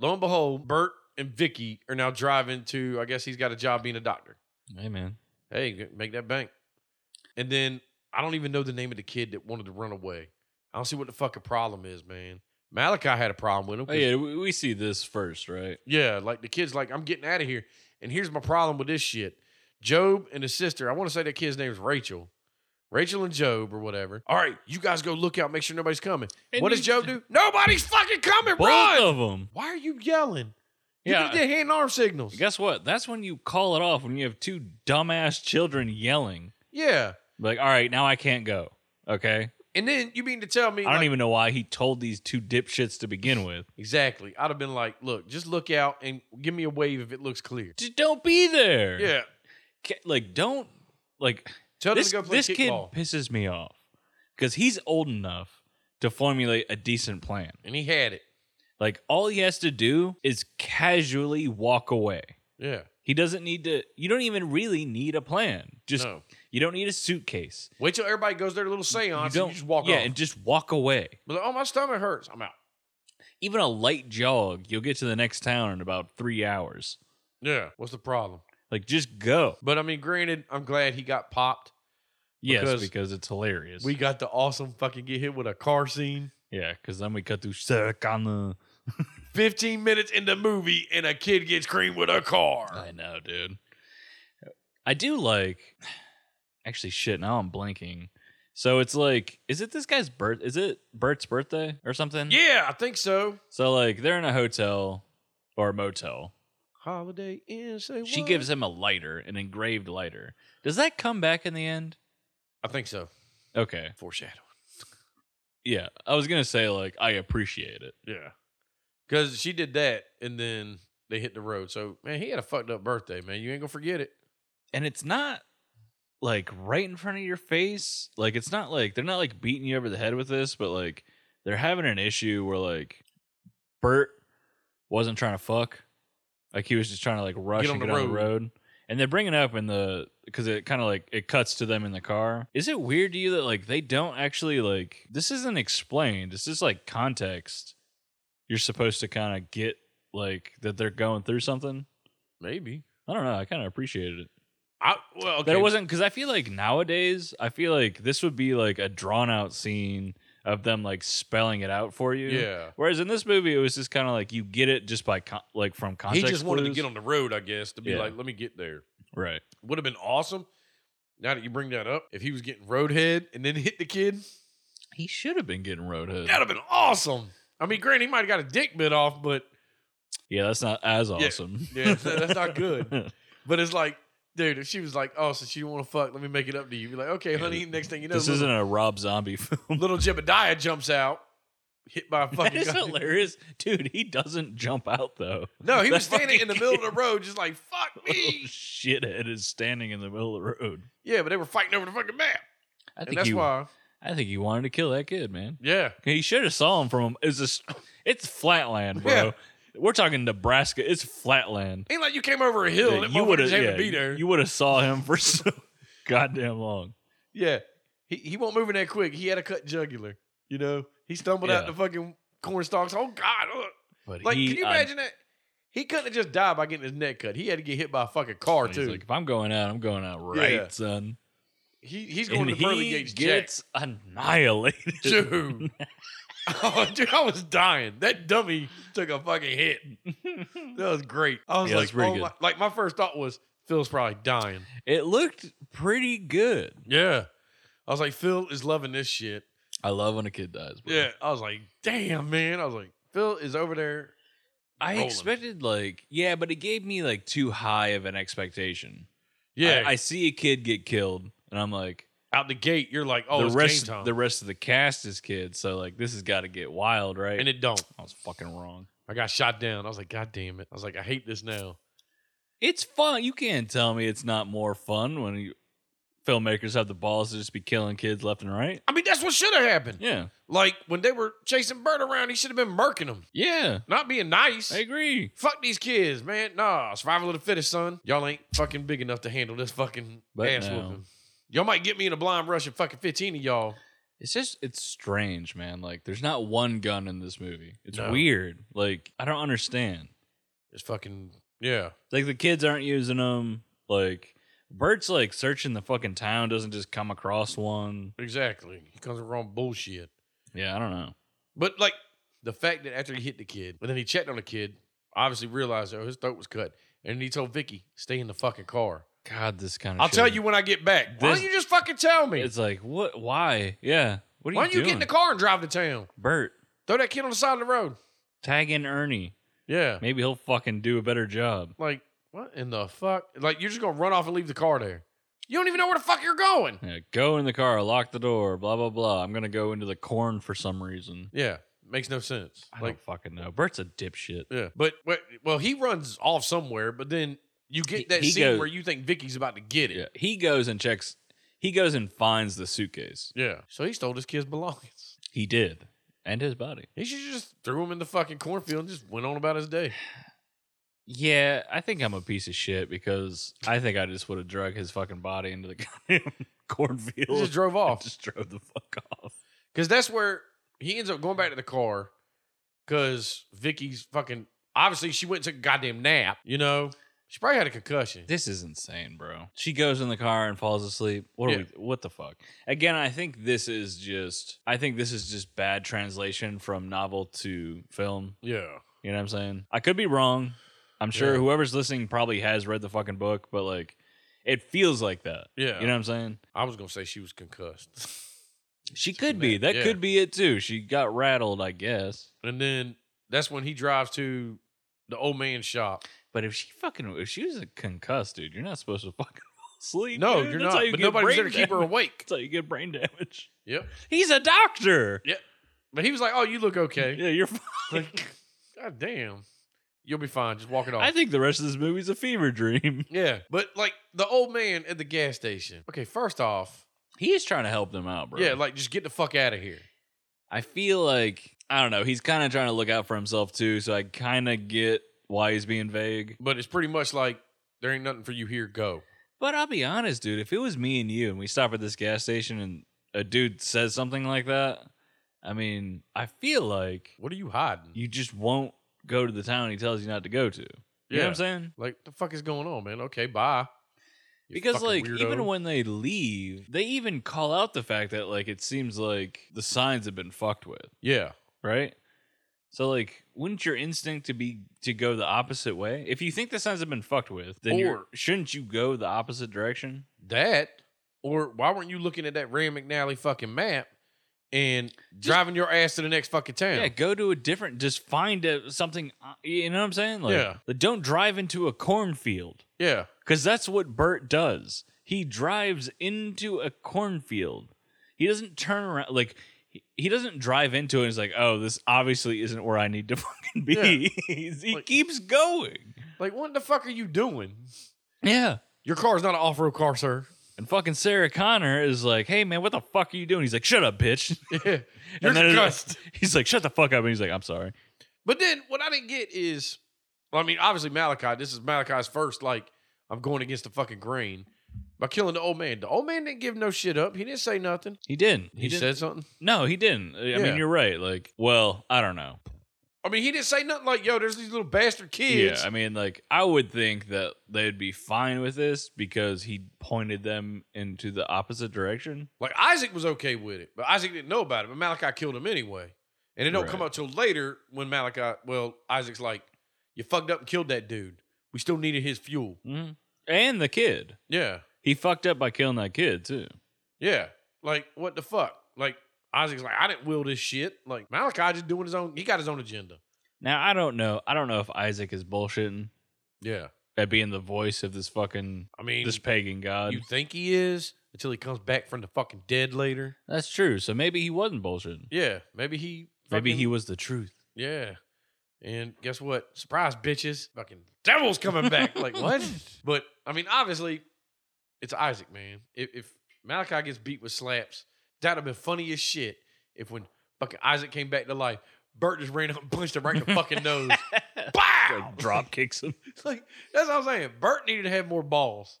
Speaker 2: lo and behold, Bert and Vicky are now driving to. I guess he's got a job being a doctor.
Speaker 3: Hey man,
Speaker 2: hey, g- make that bank. And then I don't even know the name of the kid that wanted to run away. I don't see what the fucking problem is, man. Malachi had a problem with him.
Speaker 3: oh
Speaker 2: 'cause-
Speaker 3: yeah, we, we see this first, right?
Speaker 2: yeah, like the kid's like, I'm getting out of here. And here's my problem with this shit. Job and his sister, I want to say that kid's name is Rachel. Rachel and Job or whatever. All right, you guys go look out, make sure nobody's coming.
Speaker 3: And
Speaker 2: what
Speaker 3: you-
Speaker 2: does Job do? Nobody's fucking coming,
Speaker 3: Both
Speaker 2: run!
Speaker 3: of them.
Speaker 2: Why are you yelling? You
Speaker 3: Yeah.
Speaker 2: yeah. did hand and arm signals.
Speaker 3: Guess what? That's when you call it off when you have two dumbass children yelling.
Speaker 2: yeah.
Speaker 3: Like, all right, now I can't go. Okay.
Speaker 2: And then you mean to tell me
Speaker 3: I don't
Speaker 2: like-
Speaker 3: even know why he told these two dipshits to begin with.
Speaker 2: Exactly. I'd have been like, look, just look out and give me a wave if it looks clear.
Speaker 3: Just don't be there.
Speaker 2: Yeah.
Speaker 3: Ca- Like, don't, like,
Speaker 2: Tell
Speaker 3: this,
Speaker 2: them to go play
Speaker 3: this kid
Speaker 2: kickball.
Speaker 3: pisses me off because he's old enough to formulate a decent plan.
Speaker 2: and he had it.
Speaker 3: Like, all he has to do is casually walk away.
Speaker 2: Yeah.
Speaker 3: He doesn't need to, you don't even really need a plan. Just,
Speaker 2: no.
Speaker 3: you don't need a suitcase.
Speaker 2: Wait till everybody goes their little
Speaker 3: you
Speaker 2: seance
Speaker 3: don't,
Speaker 2: and you just walk
Speaker 3: yeah,
Speaker 2: off.
Speaker 3: and just walk away.
Speaker 2: But like, oh, my stomach hurts. I'm out.
Speaker 3: Even a light jog, you'll get to the next town in about three hours.
Speaker 2: Yeah. What's the problem?
Speaker 3: Like, just go.
Speaker 2: But I mean, granted, I'm glad he got popped.
Speaker 3: Yes,
Speaker 2: Because-
Speaker 3: because, it's hilarious.
Speaker 2: We got the awesome fucking get hit with a car scene.
Speaker 3: yeah, because then we cut through Sarkana.
Speaker 2: 15 minutes in the movie and a kid gets creamed with a car.
Speaker 3: I know, dude. I do like. Actually, shit. Now I'm blanking. So it's like, is it this guy's birth? Is it Bert's birthday or something?
Speaker 2: Yeah, I think so.
Speaker 3: So like, they're in a hotel or a motel.
Speaker 2: Holiday Inn. Say
Speaker 3: She
Speaker 2: what?
Speaker 3: gives him a lighter, an engraved lighter. Does that come back in the end?
Speaker 2: I think so.
Speaker 3: Okay.
Speaker 2: Foreshadowing.
Speaker 3: Yeah, I was gonna say like I appreciate it.
Speaker 2: Yeah. Cause she did that and then they hit the road. So man, he had a fucked up birthday, man. You ain't gonna forget it.
Speaker 3: and it's not like right in front of your face. Like it's not like they're not like beating you over the head with this, but like they're having an issue where like Bert wasn't trying to fuck. Like he was just trying to like rush
Speaker 2: Get on
Speaker 3: and
Speaker 2: the
Speaker 3: get on the
Speaker 2: road.
Speaker 3: road. And they're bringing up in the because it kind of like it cuts to them in the car. Is it weird to you that like they don't actually like this isn't explained. It's just like context. You're supposed to kind of get like that they're going through something.
Speaker 2: Maybe.
Speaker 3: I don't know. I kind of appreciated it.
Speaker 2: I well okay.
Speaker 3: There wasn't because I feel like nowadays I feel like this would be like a drawn out scene of them like spelling it out for you.
Speaker 2: Yeah.
Speaker 3: Whereas in this movie, it was just kind of like you get it just by con- like from
Speaker 2: He
Speaker 3: context.
Speaker 2: just wanted to
Speaker 3: clues.
Speaker 2: get on the road, I guess, to be
Speaker 3: Yeah.
Speaker 2: like, let me get there.
Speaker 3: right.
Speaker 2: Would have been awesome. Now that you bring that up, if he was getting roadhead and then hit the kid,
Speaker 3: He should have been getting roadhead.
Speaker 2: that'd have been awesome. I mean, granted, he might have got a dick bit off, but
Speaker 3: Yeah, that's not as awesome.
Speaker 2: yeah, that's not good. but it's like, dude, if she was like, oh, so she want to fuck, let me make it up to you. Be like, okay,
Speaker 3: Yeah,
Speaker 2: honey. Next thing you know,
Speaker 3: this
Speaker 2: little,
Speaker 3: isn't a Rob Zombie film.
Speaker 2: little Jebediah jumps out, hit by a
Speaker 3: that
Speaker 2: fucking.
Speaker 3: is
Speaker 2: gun.
Speaker 3: hilarious, dude. He doesn't jump out though.
Speaker 2: No, he
Speaker 3: That
Speaker 2: was standing in the
Speaker 3: fucking Oh,
Speaker 2: middle of the road, just like fuck
Speaker 3: kid-
Speaker 2: me.
Speaker 3: Little shithead is standing in the middle of the road.
Speaker 2: yeah, but they were fighting over the fucking map,
Speaker 3: I
Speaker 2: and
Speaker 3: think
Speaker 2: that's
Speaker 3: he,
Speaker 2: why.
Speaker 3: I think he wanted to kill that kid, man.
Speaker 2: Yeah,
Speaker 3: He should have saw him from him. It's just, it's flatland, bro.
Speaker 2: Yeah.
Speaker 3: We're talking Nebraska. It's flatland.
Speaker 2: ain't like you came over a hill.
Speaker 3: Yeah,
Speaker 2: and you would have
Speaker 3: yeah,
Speaker 2: to be there.
Speaker 3: You would have saw him for so goddamn long.
Speaker 2: yeah, he he won't move in that quick. He had a cut jugular. You know, he stumbled out
Speaker 3: Yeah.
Speaker 2: the fucking corn stalks. Oh God! ugh.
Speaker 3: But
Speaker 2: Like,
Speaker 3: he,
Speaker 2: can you
Speaker 3: I-
Speaker 2: imagine that? He couldn't have just died by getting his neck cut. He had to get hit by a fucking car
Speaker 3: he's
Speaker 2: too.
Speaker 3: like, if I'm going out, I'm going out right,
Speaker 2: Yeah.
Speaker 3: son.
Speaker 2: he he's going
Speaker 3: And
Speaker 2: to the pearly
Speaker 3: he
Speaker 2: gates.
Speaker 3: gets annihilated.
Speaker 2: jacked. dude. oh, dude, I was dying. That dummy took a fucking hit. That was great. I was
Speaker 3: Yeah,
Speaker 2: like,
Speaker 3: that's pretty
Speaker 2: oh
Speaker 3: good.
Speaker 2: my, like my first thought was Phil's probably dying.
Speaker 3: it looked pretty good.
Speaker 2: Yeah. I was like, Phil is loving this shit.
Speaker 3: I love when a kid dies. Bro.
Speaker 2: Yeah. I was like, damn, man. I was like, Phil is over there.
Speaker 3: I
Speaker 2: Rolling.
Speaker 3: expected like yeah, but it gave me like too high of an expectation.
Speaker 2: Yeah.
Speaker 3: I, I see a kid get killed, and I'm like,
Speaker 2: out the gate, you're like, oh,
Speaker 3: the
Speaker 2: it's
Speaker 3: rest
Speaker 2: game time.
Speaker 3: the rest of the cast is kids, so like this has got to get wild, right?
Speaker 2: and it don't.
Speaker 3: I was fucking wrong.
Speaker 2: I got shot down. I was like, God damn it. I was like, I hate this now.
Speaker 3: It's fun. You can't tell me it's not more fun when you filmmakers have the balls to just be killing kids left and right.
Speaker 2: I mean, that's what should have happened.
Speaker 3: Yeah,
Speaker 2: Like when they were chasing Bert around, he should have been murking him,
Speaker 3: yeah,
Speaker 2: not being nice.
Speaker 3: I agree.
Speaker 2: Fuck these kids, man. Nah, survival of the fittest, son. Y'all ain't fucking big enough to handle this fucking
Speaker 3: But
Speaker 2: ass
Speaker 3: no.
Speaker 2: whooping. Y'all might get me in a blind rush of fucking 15 of y'all.
Speaker 3: It's just it's strange, man. Like there's not one gun in this movie. It's
Speaker 2: No.
Speaker 3: weird. Like I don't understand.
Speaker 2: It's fucking, yeah.
Speaker 3: Like the kids aren't using them. Like Bert's like searching the fucking town doesn't just come across one.
Speaker 2: Exactly. He comes around bullshit.
Speaker 3: Yeah, I don't know.
Speaker 2: But like the fact that after he hit the kid, and then he checked on the kid, obviously realized oh his throat was cut, and he told Vicky stay in the fucking car.
Speaker 3: God, this kind of.
Speaker 2: I'll
Speaker 3: shit.
Speaker 2: tell you when I get back. Why
Speaker 3: This-
Speaker 2: don't you just fucking tell me?
Speaker 3: It's like what? Why? Yeah. What are
Speaker 2: Why
Speaker 3: you
Speaker 2: don't you
Speaker 3: doing?
Speaker 2: get in the car and drive to town?
Speaker 3: Bert,
Speaker 2: Throw that kid on the side of the road.
Speaker 3: tag in Ernie.
Speaker 2: Yeah.
Speaker 3: Maybe he'll fucking do a better job.
Speaker 2: Like, what in the fuck? Like, you're just gonna run off and leave the car there. You don't even know where the fuck you're going.
Speaker 3: Yeah, go in the car, lock the door, blah blah blah. I'm gonna go into the corn for some reason.
Speaker 2: Yeah, makes no sense.
Speaker 3: I
Speaker 2: like,
Speaker 3: don't fucking know. Bert's a dipshit.
Speaker 2: yeah, but but- well, he runs off somewhere, but then you
Speaker 3: He-
Speaker 2: get that
Speaker 3: he
Speaker 2: scene
Speaker 3: goes-
Speaker 2: where you think Vicky's about to get
Speaker 3: Yeah,
Speaker 2: it.
Speaker 3: he goes and checks. He goes and finds the suitcase.
Speaker 2: Yeah. So he stole his kid's belongings.
Speaker 3: He did, and his body.
Speaker 2: He should just threw him in the fucking cornfield and just went on about his day.
Speaker 3: Yeah, I think I'm a piece of shit because I think I just would have drug his fucking body into the goddamn
Speaker 2: He
Speaker 3: cornfield.
Speaker 2: just drove
Speaker 3: and
Speaker 2: off.
Speaker 3: Just drove the fuck off.
Speaker 2: Because that's where he ends up going back to the car because Vicky's fucking. Obviously, she went and took a goddamn nap, you know? She probably had a concussion.
Speaker 3: This is insane, bro. She goes in the car and falls asleep. What are
Speaker 2: Yeah.
Speaker 3: we? What the fuck? Again, I think this is just. I think this is just bad translation from novel to film.
Speaker 2: Yeah.
Speaker 3: You know what I'm saying? I could be wrong. I'm sure
Speaker 2: Yeah.
Speaker 3: whoever's listening probably has read the fucking book, but like, it feels like that.
Speaker 2: Yeah.
Speaker 3: You know what I'm saying?
Speaker 2: I was going to say she was concussed.
Speaker 3: She could be. That
Speaker 2: yeah.
Speaker 3: could be it too. She got rattled, I guess.
Speaker 2: and then that's when he drives to the old man's shop.
Speaker 3: But if she fucking, if she was a concussed, dude, you're not supposed to fucking sleep.
Speaker 2: No,
Speaker 3: dude.
Speaker 2: you're
Speaker 3: That's
Speaker 2: not.
Speaker 3: how you
Speaker 2: but
Speaker 3: get
Speaker 2: nobody's there to
Speaker 3: brain
Speaker 2: keep her
Speaker 3: damage.
Speaker 2: awake.
Speaker 3: That's how you get brain damage.
Speaker 2: Yep.
Speaker 3: He's a doctor.
Speaker 2: But he was like, oh, you look okay.
Speaker 3: Yeah, you're fine.
Speaker 2: Like, God damn. You'll be fine. Just walk it off.
Speaker 3: I think the rest of this movie's a fever dream.
Speaker 2: yeah. But like the old man at the gas station. Okay, first off,
Speaker 3: He is trying to help them out, bro.
Speaker 2: yeah, like just get the fuck out of here.
Speaker 3: I feel like I don't know. He's kind of trying to look out for himself too, so I kind of get why he's being vague.
Speaker 2: But it's pretty much like there ain't nothing for you here. Go.
Speaker 3: But I'll be honest, dude. If it was me and you, and we stop at this gas station, and a dude says something like that, I mean, I feel like
Speaker 2: What are you hiding?
Speaker 3: you just won't go to the town he tells you not to go to. You know what I'm saying?
Speaker 2: Like the fuck is going on, man? Okay, bye. You
Speaker 3: Because
Speaker 2: fucking
Speaker 3: like
Speaker 2: weirdo.
Speaker 3: even when they leave, they even call out the fact that like it seems like the signs have been fucked with.
Speaker 2: yeah,
Speaker 3: right? So like, wouldn't your instinct to be to go the opposite way? If you think the signs have been fucked with, then you're-
Speaker 2: Or-
Speaker 3: shouldn't you go the opposite direction?
Speaker 2: that or why weren't you looking at that Rand McNally fucking map and driving your ass to the next fucking town?
Speaker 3: Yeah, go to a different. Just find a, something. uh, You know what I'm saying? Like,
Speaker 2: Yeah.
Speaker 3: like, Don't drive into a cornfield
Speaker 2: yeah.
Speaker 3: because that's what Bert does. He drives into a cornfield. He doesn't turn around like. he- He doesn't drive into it. And he's like, "Oh, this obviously isn't where I need to fucking be."
Speaker 2: Yeah.
Speaker 3: He's- he
Speaker 2: Like-
Speaker 3: keeps going.
Speaker 2: Like what the fuck are you doing?
Speaker 3: Yeah,
Speaker 2: Your car's not an off road car, sir.
Speaker 3: And fucking Sarah Connor is like, "Hey man, what the fuck are you doing?" He's like, "Shut up, bitch."
Speaker 2: Yeah. You're
Speaker 3: And then-
Speaker 2: concussed.
Speaker 3: He's like, "Shut the fuck up." And he's like, "I'm sorry."
Speaker 2: But then what I didn't get is, well, I mean, obviously Malachi. This is Malachi's first. Like I'm going against the fucking grain by killing the old man. The old man didn't give no shit up. He didn't say nothing.
Speaker 3: He didn't.
Speaker 2: He,
Speaker 3: didn't.
Speaker 2: said something.
Speaker 3: "No, he didn't." I
Speaker 2: Yeah.
Speaker 3: mean, you're right. Like, well, I don't know.
Speaker 2: I mean, he didn't say nothing like, "Yo, there's these little bastard kids."
Speaker 3: Yeah, I mean, like, I would think that they'd be fine with this because he pointed them into the opposite direction.
Speaker 2: like Isaac was okay with it, but Isaac didn't know about it. But Malachi killed him anyway, and it don't come
Speaker 3: Right.
Speaker 2: up till later when Malachi. Well, Isaac's like, "You fucked up and killed that dude. We still needed his fuel."
Speaker 3: Mm-hmm. And the kid,
Speaker 2: Yeah,
Speaker 3: he fucked up by killing that kid too.
Speaker 2: yeah. Like what the fuck? Like Isaac's like, "I didn't will this shit." Like Malachi just doing his own. He got his own agenda.
Speaker 3: Now I don't know. I don't know if Isaac is bullshitting
Speaker 2: Yeah.
Speaker 3: at being the voice of this fucking
Speaker 2: I mean,
Speaker 3: this pagan god.
Speaker 2: you think he is until he comes back from the fucking dead later.
Speaker 3: That's true. So maybe he wasn't bullshitting.
Speaker 2: Yeah. Maybe he.
Speaker 3: Maybe he
Speaker 2: fucking-
Speaker 3: was the truth.
Speaker 2: Yeah. And guess what? Surprise, bitches. Fucking devil's coming back. like, what? But, I mean, obviously, it's Isaac, man. If, if Malachi gets beat with slaps, that'd have been funny as shit if when fucking Isaac came back to life, Bert just ran up and punched him right in the fucking nose. Wow.
Speaker 3: drop kicks him.
Speaker 2: like, that's what I'm saying. Bert needed to have more balls.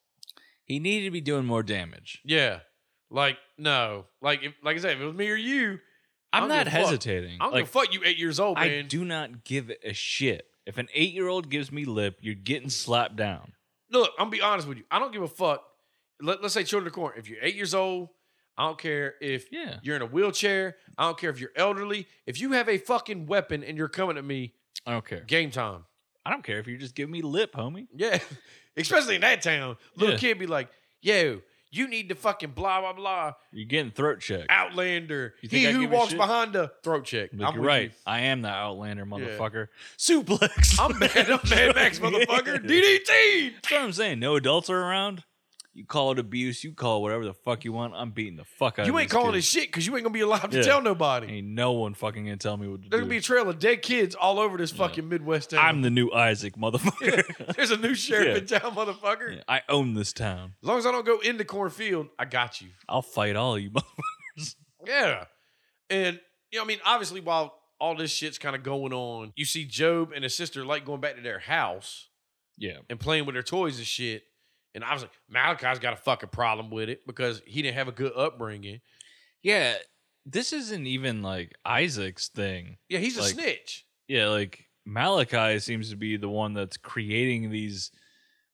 Speaker 3: He needed to be doing more damage.
Speaker 2: Yeah. Like, no. Like, if, like I said, if it was me or you, I
Speaker 3: I'm
Speaker 2: don't
Speaker 3: not
Speaker 2: give a fuck.
Speaker 3: hesitating.
Speaker 2: I don't
Speaker 3: like
Speaker 2: give a fuck you eight years old,
Speaker 3: I
Speaker 2: man.
Speaker 3: do not give a shit. If an eight year old gives me lip, you're getting slapped down.
Speaker 2: Look, I'm gonna be honest with you. I don't give a fuck. Let, let's say children of corn. If you're eight years old, I don't care if
Speaker 3: Yeah.
Speaker 2: you're in a wheelchair. I don't care if you're elderly. If you have a fucking weapon and you're coming at me,
Speaker 3: I don't care.
Speaker 2: game time.
Speaker 3: I don't care if you're just giving me lip, homie.
Speaker 2: Yeah. Especially in that town. Little
Speaker 3: Yeah.
Speaker 2: kid be like, yo, you need to fucking blah, blah, blah.
Speaker 3: You're getting throat checked.
Speaker 2: Ah, Outlander.
Speaker 3: You think
Speaker 2: he
Speaker 3: I
Speaker 2: who
Speaker 3: give a
Speaker 2: walks
Speaker 3: shit?
Speaker 2: behind the throat check.
Speaker 3: Like, you're
Speaker 2: with
Speaker 3: right.
Speaker 2: you.
Speaker 3: I am the Outlander, motherfucker. Suplex.
Speaker 2: I'm mad. I'm Mad Max, motherfucker. DDT.
Speaker 3: That's what I'm saying. No adults are around. You call it abuse. You call it whatever the fuck you want. I'm beating the fuck out of
Speaker 2: You ain't
Speaker 3: this
Speaker 2: calling
Speaker 3: kid.
Speaker 2: this shit because you ain't going to be allowed to
Speaker 3: Yeah.
Speaker 2: tell nobody.
Speaker 3: Ain't no one fucking gonna tell me what to
Speaker 2: There's going to be a
Speaker 3: do.
Speaker 2: trail of dead kids all over this fucking Midwest town.
Speaker 3: I'm the new Isaac, motherfucker.
Speaker 2: There's a new sheriff
Speaker 3: Yeah.
Speaker 2: in town, motherfucker.
Speaker 3: Yeah, I own this town.
Speaker 2: As long as I don't go into cornfield, I got you.
Speaker 3: I'll fight all you motherfuckers.
Speaker 2: Yeah. And, you know, I mean, obviously, while all this shit's kind of going on, you see Job and his sister like going back to their house
Speaker 3: Yeah.
Speaker 2: and playing with their toys and shit. And obviously, Malachi's got a fucking problem with it because he didn't have a good upbringing.
Speaker 3: Yeah. This isn't even like Isaac's thing.
Speaker 2: Yeah, he's a
Speaker 3: Like-
Speaker 2: snitch.
Speaker 3: Yeah, like Malachi seems to be the one that's creating these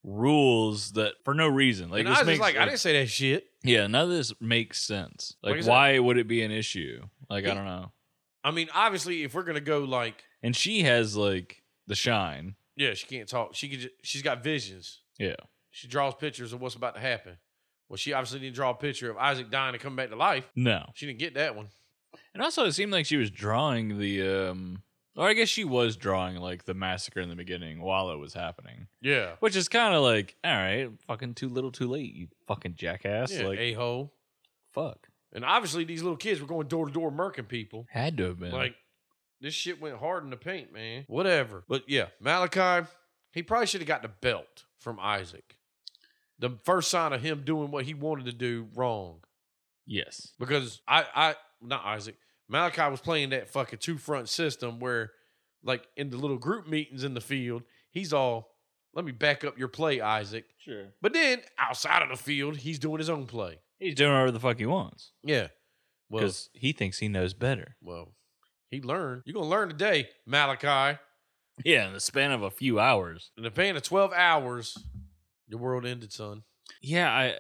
Speaker 3: rules that for no reason. Like
Speaker 2: and
Speaker 3: this
Speaker 2: Isaac's
Speaker 3: makes
Speaker 2: like, I didn't say that shit.
Speaker 3: Yeah, none of this makes sense.
Speaker 2: Like
Speaker 3: Like,
Speaker 2: I said-
Speaker 3: why would it be an issue? Like,
Speaker 2: Yeah.
Speaker 3: I don't know.
Speaker 2: I mean, obviously, if we're gonna go like,
Speaker 3: And she has like the shine.
Speaker 2: yeah, she can't talk. She could. Just, she's got visions.
Speaker 3: Yeah.
Speaker 2: She draws pictures of what's about to happen. Well, she obviously didn't draw a picture of Isaac dying and coming back to life.
Speaker 3: No.
Speaker 2: She didn't get that one.
Speaker 3: And also, it seemed like she was drawing the, um, or I guess she was drawing like the massacre in the beginning while it was happening,
Speaker 2: Yeah.
Speaker 3: which is kind of like, all right, fucking too little, too late, you fucking jackass.
Speaker 2: yeah,
Speaker 3: like,
Speaker 2: a hole.
Speaker 3: fuck.
Speaker 2: And obviously, these little kids were going door to door murking people.
Speaker 3: Had to have been.
Speaker 2: Like, this shit went hard in the paint, man. Whatever. But yeah, Malachi, he probably should have got the belt from Isaac. The first sign of him doing what he wanted to do wrong.
Speaker 3: yes.
Speaker 2: Because I, I, not Isaac, Malachi was playing that fucking two front system where, like, in the little group meetings in the field, he's all, let me back up your play, Isaac.
Speaker 3: Sure.
Speaker 2: But then outside of the field, he's doing his own play.
Speaker 3: He's doing whatever the fuck he wants
Speaker 2: Yeah. Well,
Speaker 3: because he thinks he knows better.
Speaker 2: Well, he learned. You're gonna learn today, Malachi.
Speaker 3: Yeah, in the span of a few hours.
Speaker 2: In the span of twelve hours, your world ended, son.
Speaker 3: yeah i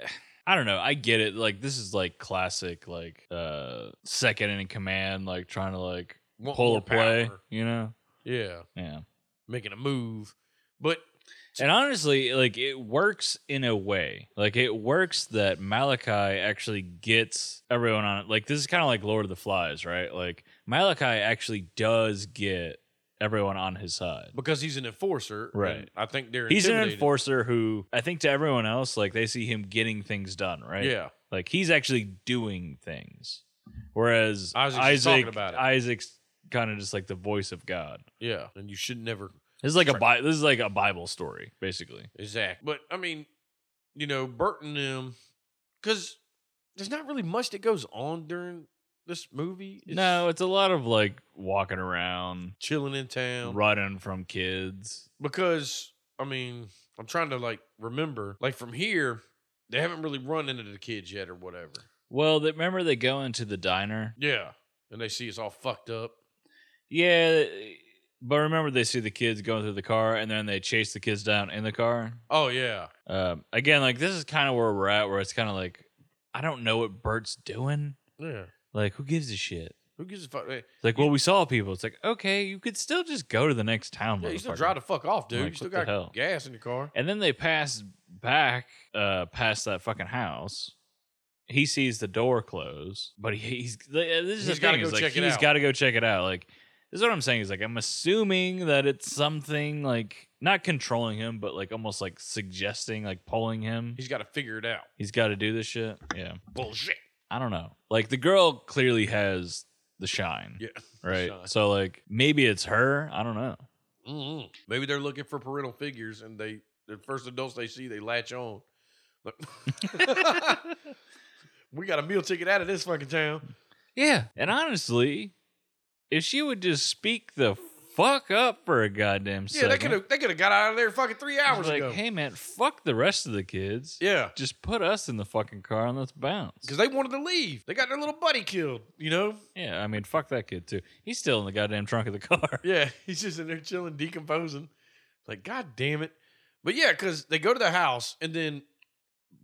Speaker 3: i don't know i get it like this is like classic like uh second in command like trying to like
Speaker 2: Want
Speaker 3: pull
Speaker 2: more
Speaker 3: a play
Speaker 2: power.
Speaker 3: you know
Speaker 2: Yeah,
Speaker 3: yeah
Speaker 2: making a move. But
Speaker 3: and honestly like it works in a way like it works that malachi actually gets everyone on it like this is kind of like lord of the flies right like malachi actually does get everyone on his side
Speaker 2: because he's an enforcer, and
Speaker 3: Right.
Speaker 2: I think they're
Speaker 3: he's an
Speaker 2: intimidated.
Speaker 3: enforcer who i think to everyone else like they see him getting things done right
Speaker 2: Yeah,
Speaker 3: Like he's actually doing things, whereas
Speaker 2: Isaac's just
Speaker 3: Isaac,
Speaker 2: talking about it.
Speaker 3: Isaac's kind of just like the voice of God.
Speaker 2: yeah. And you should never
Speaker 3: This is like a Bi- this is like a Bible story, basically.
Speaker 2: exact. But I mean, you know, Burton them because there's not really much that goes on during this movie. It's
Speaker 3: no, it's a lot of like walking around,
Speaker 2: chilling in town.
Speaker 3: running from kids.
Speaker 2: because I mean, I'm trying to like remember, like from here, they haven't really run into the kids yet or whatever.
Speaker 3: Well, they, remember they go into the diner.
Speaker 2: Yeah, and they see it's all fucked up.
Speaker 3: Yeah, but remember they see the kids going through the car, and then they chase the kids down in the car.
Speaker 2: Oh yeah,
Speaker 3: Um, again, like this is kind of where we're at, where it's kind of like I don't know what Bert's doing.
Speaker 2: yeah.
Speaker 3: Like, who gives a shit?
Speaker 2: Who gives a fuck? Hey,
Speaker 3: It's like, well, we saw people. It's like, okay, you could still just go to the next town.
Speaker 2: Yeah, you still
Speaker 3: motherfucker.
Speaker 2: drive the fuck off, dude.
Speaker 3: Like,
Speaker 2: you still
Speaker 3: what the
Speaker 2: got
Speaker 3: hell?
Speaker 2: gas in your car.
Speaker 3: and then they pass back, uh, past that fucking house. He sees the door close, but he, he's uh, this is
Speaker 2: He's
Speaker 3: the
Speaker 2: gotta
Speaker 3: thing.
Speaker 2: go
Speaker 3: is, like,
Speaker 2: check it
Speaker 3: he's
Speaker 2: out.
Speaker 3: got to go check it out. Like, this is what I'm saying. Is like, I'm assuming that it's something like not controlling him, but like almost like suggesting, like pulling him.
Speaker 2: He's got to figure it out.
Speaker 3: he's got to do this shit. Yeah,
Speaker 2: Bullshit.
Speaker 3: I don't know. Like the girl clearly has the shine,
Speaker 2: Yeah.
Speaker 3: right?
Speaker 2: shine.
Speaker 3: So like maybe it's her. I don't know. Mm-hmm.
Speaker 2: mm Maybe they're looking for parental figures, and they the first adults they see they latch on. Like, we got a meal ticket out of this fucking town.
Speaker 3: Yeah. And honestly, if she would just speak the fuck up for a goddamn
Speaker 2: Yeah,
Speaker 3: second.
Speaker 2: they could have they could have got out of there fucking three
Speaker 3: I
Speaker 2: hours
Speaker 3: was like,
Speaker 2: ago.
Speaker 3: hey man, fuck the rest of the kids.
Speaker 2: Yeah.
Speaker 3: Just put us in the fucking car and let's bounce.
Speaker 2: Because they wanted to leave. They got their little buddy killed, you know?
Speaker 3: Yeah, I mean, fuck that kid too. He's still in the goddamn trunk of the car.
Speaker 2: Yeah, he's just in there chilling, decomposing. Like, God damn it. But yeah, because they go to the house, and then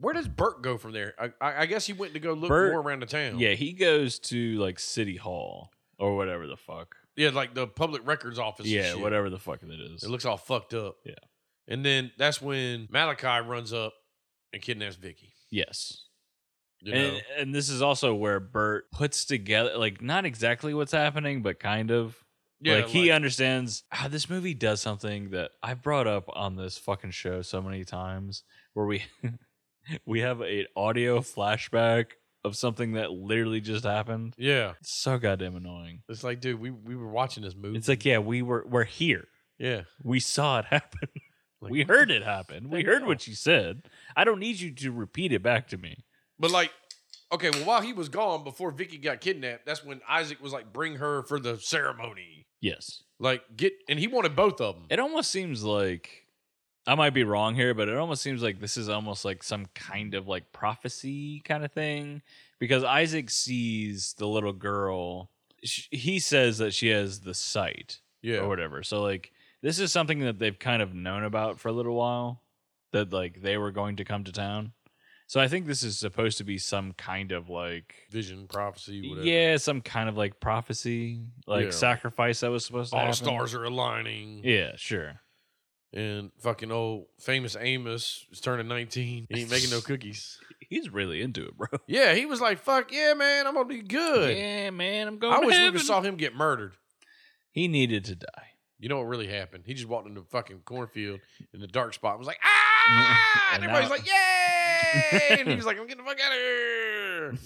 Speaker 2: where does Bert go from there? I, I, I guess he went to go look
Speaker 3: Bert-
Speaker 2: more around the town.
Speaker 3: Yeah, he goes to like City Hall or whatever the fuck.
Speaker 2: Yeah, like the public records office. and
Speaker 3: yeah,
Speaker 2: shit.
Speaker 3: whatever the fuck it is.
Speaker 2: It looks all fucked up.
Speaker 3: Yeah.
Speaker 2: And then that's when Malachi runs up and kidnaps Vicky.
Speaker 3: yes.
Speaker 2: You know?
Speaker 3: and, and this is also where Bert puts together, like, not exactly what's happening, but kind of.
Speaker 2: yeah,
Speaker 3: like, he understands ah, this movie does something that I brought up on this fucking show so many times where we we have an audio flashback of something that literally just happened.
Speaker 2: yeah.
Speaker 3: It's so goddamn annoying.
Speaker 2: It's like, dude, we, we were watching this movie.
Speaker 3: It's like, yeah, we were we're here.
Speaker 2: yeah.
Speaker 3: We saw it happen.
Speaker 2: Like,
Speaker 3: we
Speaker 2: what
Speaker 3: heard it happen. We
Speaker 2: the
Speaker 3: heard
Speaker 2: hell?
Speaker 3: what you said. I don't need you to repeat it back to me.
Speaker 2: But like, okay, well, while he was gone before Vicky got kidnapped, that's when Isaac was like, bring her for the ceremony.
Speaker 3: Yes.
Speaker 2: Like, get and he wanted both of them.
Speaker 3: It almost seems like I might be wrong here, but it almost seems like this is almost like some kind of like prophecy kind of thing because Isaac sees the little girl. Sh he says that she has the sight
Speaker 2: yeah.
Speaker 3: or whatever. So like this is something that they've kind of known about for a little while that like they were going to come to town. So I think this is supposed to be some kind of like
Speaker 2: Vision, prophecy, whatever.
Speaker 3: yeah, some kind of like prophecy, like
Speaker 2: Yeah.
Speaker 3: sacrifice that was supposed to
Speaker 2: All the
Speaker 3: happen.
Speaker 2: stars are aligning.
Speaker 3: Yeah, sure.
Speaker 2: And fucking old famous Amos is turning 19. He ain't making no cookies.
Speaker 3: He's really into it, bro.
Speaker 2: Yeah, he was like, fuck yeah, man, I'm gonna be good.
Speaker 3: Yeah, man, I'm going.
Speaker 2: I wish we could saw him get murdered.
Speaker 3: He needed to die.
Speaker 2: You know what really happened? He just walked into a fucking cornfield in the dark spot and was like, ah!
Speaker 3: And
Speaker 2: And, everybody's
Speaker 3: now-
Speaker 2: like, yay! and he was like, I'm getting the fuck out of here.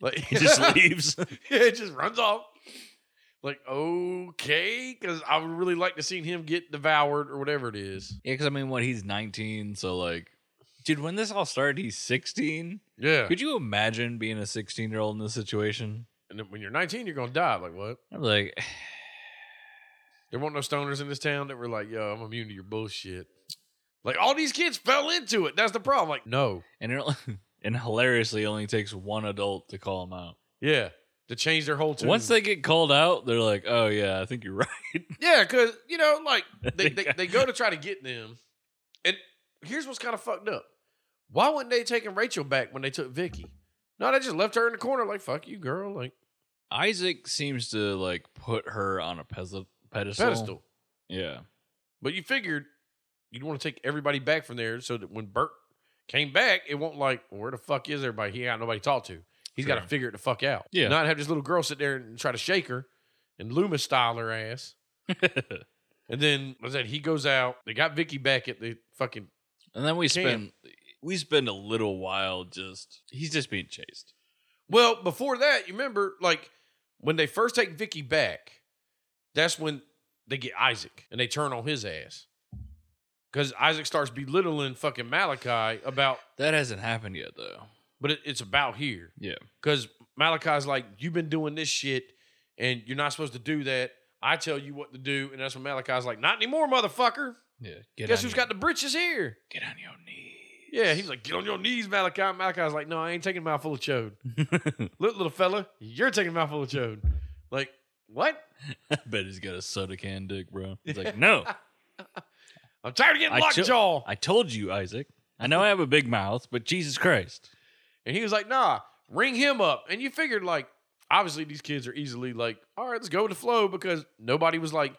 Speaker 2: Like,
Speaker 3: He just leaves.
Speaker 2: yeah, it just runs off. Like, okay, because I would really like to see him get devoured or whatever it is.
Speaker 3: Yeah, because I mean, what? He's 19, so like, dude, when this all started, he's 16.
Speaker 2: Yeah.
Speaker 3: Could you imagine being a 16 year old in this situation?
Speaker 2: And then when you're 19, you're gonna die. Like, what?
Speaker 3: I'm like,
Speaker 2: There weren't no stoners in this town that were like, yo, I'm immune to your bullshit. Like, all these kids fell into it. That's the problem. Like, no.
Speaker 3: and it, and hilariously, it only takes one adult to call him out.
Speaker 2: Yeah. To change their whole tune.
Speaker 3: Once they get called out, they're like, oh yeah, I think you're right.
Speaker 2: Yeah, because, you know, like, they, they, they go to try to get them. And here's what's kind of fucked up. Why wouldn't they taking Rachel back when they took Vicky? No, they just left her in the corner, like, fuck you, girl. Like,
Speaker 3: Isaac seems to like put her on a pez- pedestal.
Speaker 2: pedestal.
Speaker 3: Yeah.
Speaker 2: But you figured you'd want to take everybody back from there so that when Bert came back, it won't like, where the fuck is everybody? He ain't got nobody to talk to. He's got to
Speaker 3: Sure.
Speaker 2: figure it the fuck out.
Speaker 3: Yeah.
Speaker 2: Not have this little girl sit there and try to shake her and Loomis style her ass.
Speaker 3: and
Speaker 2: And then was that he goes out. They got Vicky back at the fucking
Speaker 3: then we
Speaker 2: Damn.
Speaker 3: spend we spend a little while just he's just being chased.
Speaker 2: Well, before that, you remember like when they first take Vicky back, that's when they get Isaac and they turn on his ass. Cause Isaac starts belittling fucking Malachi about
Speaker 3: That hasn't happened yet though.
Speaker 2: but it, it's about here.
Speaker 3: Yeah.
Speaker 2: Because Malachi's like, you've been doing this shit and you're not supposed to do that. I tell you what to do. And that's when Malachi's like, not anymore, motherfucker.
Speaker 3: Yeah. Get
Speaker 2: Guess
Speaker 3: on
Speaker 2: who's
Speaker 3: your,
Speaker 2: got the britches here?
Speaker 3: get on your knees.
Speaker 2: Yeah, he's like, get on your knees, Malachi. Malachi's like, no, I ain't taking a mouthful of chode. Look, little fella, you're taking a mouthful of chode. Like, what?
Speaker 3: I bet he's got a soda can dick, bro. He's
Speaker 2: Yeah.
Speaker 3: like, no.
Speaker 2: I'm tired of
Speaker 3: I
Speaker 2: getting lockjaw.
Speaker 3: I told you, Isaac. I know I have a big mouth, but Jesus Christ.
Speaker 2: and he was like, nah, ring him up. And you figured, like, obviously these kids are easily like, all right, let's go with the flow because nobody was like,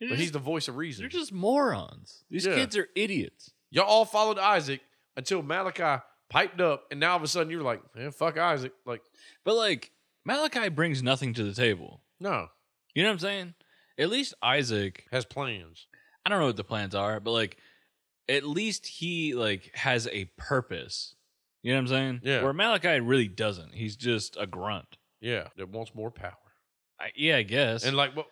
Speaker 3: They're,
Speaker 2: but
Speaker 3: just,
Speaker 2: he's the voice of reason.
Speaker 3: they're just morons. These
Speaker 2: Yeah.
Speaker 3: kids are idiots.
Speaker 2: Y'all all followed Isaac until Malachi piped up, and now all of a sudden you're like, man, fuck Isaac. Like,
Speaker 3: But like Malachi brings nothing to the table.
Speaker 2: no,
Speaker 3: You know what I'm saying? At least Isaac
Speaker 2: has plans.
Speaker 3: I don't know what the plans are, but like at least he like has a purpose. You know what I'm saying?
Speaker 2: Yeah.
Speaker 3: Where Malachi really doesn't. He's just a grunt.
Speaker 2: Yeah, that wants more power.
Speaker 3: I, yeah, I guess.
Speaker 2: And like, what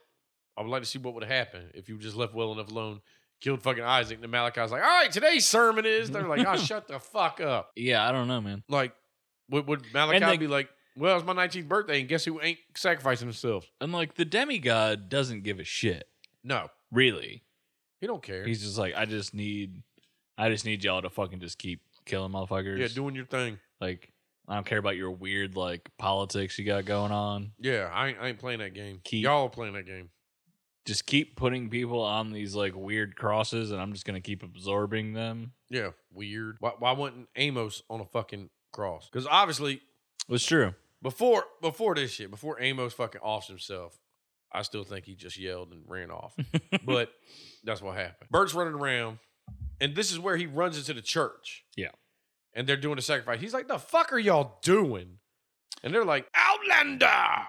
Speaker 2: I would like to see what would happen if you just left well enough alone, killed fucking Isaac, and then Malachi's like, all right, today's sermon is. They're like, oh, shut the fuck up.
Speaker 3: yeah, I don't know, man.
Speaker 2: Like, would, would Malachi
Speaker 3: And, like-
Speaker 2: be like, well, it's my 19th birthday, and guess who ain't sacrificing themselves?
Speaker 3: And like the demigod doesn't give a shit,
Speaker 2: No,
Speaker 3: really.
Speaker 2: he don't care.
Speaker 3: He's just like, I just need, I just need y'all to fucking just keep killing motherfuckers.
Speaker 2: yeah, doing your thing.
Speaker 3: like I don't care about your weird like politics you got going on.
Speaker 2: Yeah, I ain't, I ain't playing that game.
Speaker 3: Keep-
Speaker 2: Y'all playing that game.
Speaker 3: Just keep putting people on these like weird crosses, and I'm just gonna keep absorbing them.
Speaker 2: Yeah, weird. Why, why wasn't Amos on a fucking cross? Because obviously
Speaker 3: It's true.
Speaker 2: before before this shit, before Amos fucking offs himself, I still think he just yelled and ran off. but that's what happened. Bert's running around, and this is where he runs into the church.
Speaker 3: Yeah.
Speaker 2: And they're doing a sacrifice. He's like, the fuck are y'all doing? And they're like, Outlander.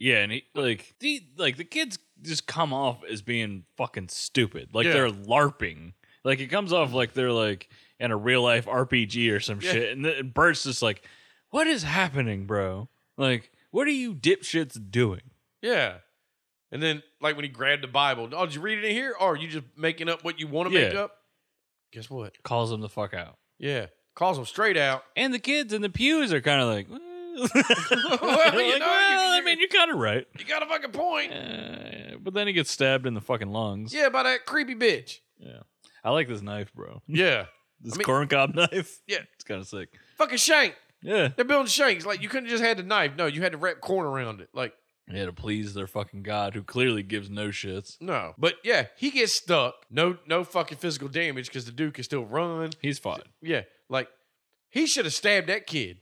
Speaker 3: Yeah, and he like the like the kids just come off as being fucking stupid. Like
Speaker 2: Yeah.
Speaker 3: they're larping. Like it comes off like they're like in a real life RPG or some
Speaker 2: Yeah.
Speaker 3: shit. And, th- and Bert's just like, "What is happening, bro? Like, what are you dipshits doing?"
Speaker 2: Yeah. And then, like, when he grabbed the Bible, oh, did you read it in here? Or are you just making up what you want to make
Speaker 3: Yeah.
Speaker 2: up? Guess what?
Speaker 3: Calls them the fuck out.
Speaker 2: Yeah. Calls him straight out.
Speaker 3: And the kids in the pews are kind of like, well,
Speaker 2: know, you-
Speaker 3: well, I mean, you're kind of right.
Speaker 2: You got a fucking point.
Speaker 3: Uh, but then he gets stabbed in the fucking lungs.
Speaker 2: Yeah, by that creepy bitch.
Speaker 3: I like this knife, bro.
Speaker 2: Yeah.
Speaker 3: This
Speaker 2: I mean-
Speaker 3: corncob knife.
Speaker 2: Yeah.
Speaker 3: It's kind of sick.
Speaker 2: Fucking shank.
Speaker 3: Yeah.
Speaker 2: They're building shanks. Like, you couldn't just had the knife. No, you had to wrap corn around it. Like,
Speaker 3: Yeah, to please their fucking god, who clearly gives no shits.
Speaker 2: no. But yeah, he gets stuck. No, no fucking physical damage because the dude can still run.
Speaker 3: He's fine.
Speaker 2: Yeah. Like, he should have stabbed that kid.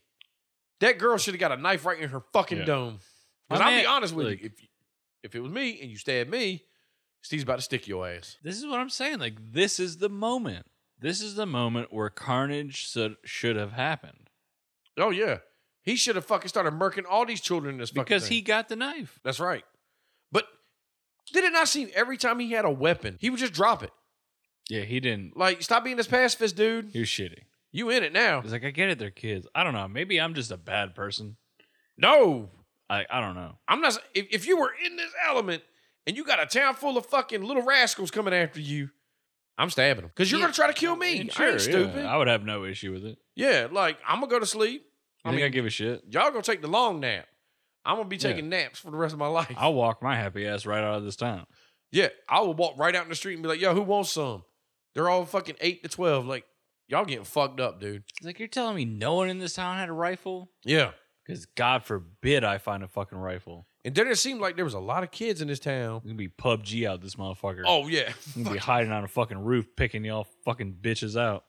Speaker 2: That girl should have got a knife right in her fucking
Speaker 3: Yeah.
Speaker 2: dome. Because
Speaker 3: My
Speaker 2: I'll be
Speaker 3: man-
Speaker 2: honest with
Speaker 3: like-
Speaker 2: you, if if it was me and you stabbed me, Steve's about to stick your ass.
Speaker 3: This is what I'm saying. Like, this is the moment. This is the moment where carnage so- should have happened
Speaker 2: Oh yeah, he should have fucking started murking all these children in this fucking
Speaker 3: because
Speaker 2: thing.
Speaker 3: he got the knife.
Speaker 2: That's right. But did it not seem every time he had a weapon, he would just drop it?
Speaker 3: Yeah, he didn't.
Speaker 2: Like, stop being this pacifist, dude.
Speaker 3: He was shitty.
Speaker 2: You in it now?
Speaker 3: He's like, I get it. They're kids. I don't know. Maybe I'm just a bad person.
Speaker 2: No,
Speaker 3: I I don't know.
Speaker 2: I'm not. If, if you were in this element and you got a town full of fucking little rascals coming after you, I'm stabbing them because you're
Speaker 3: Yeah.
Speaker 2: gonna try to kill me.
Speaker 3: And
Speaker 2: I ain't
Speaker 3: yeah,
Speaker 2: stupid.
Speaker 3: I would have no issue with it.
Speaker 2: yeah, like I'm gonna go to sleep.
Speaker 3: I
Speaker 2: I
Speaker 3: think I
Speaker 2: mean,
Speaker 3: give a shit.
Speaker 2: y'all gonna take the long nap. I'm gonna be
Speaker 3: Yeah.
Speaker 2: taking naps for the rest of my life.
Speaker 3: I'll walk my happy ass right out of this town.
Speaker 2: yeah, I will walk right out in the street and be like, "Yo, who wants some?" They're all fucking eight to twelve. Like y'all getting fucked up, dude.
Speaker 3: He's like, you're telling me no one in this town had a rifle?
Speaker 2: Yeah,
Speaker 3: Because God forbid I find a fucking rifle.
Speaker 2: and then it seemed like there was a lot of kids in this town.
Speaker 3: I'm gonna be PUBG out this motherfucker.
Speaker 2: Oh yeah,
Speaker 3: I'm gonna be hiding on a fucking roof, picking y'all fucking bitches out.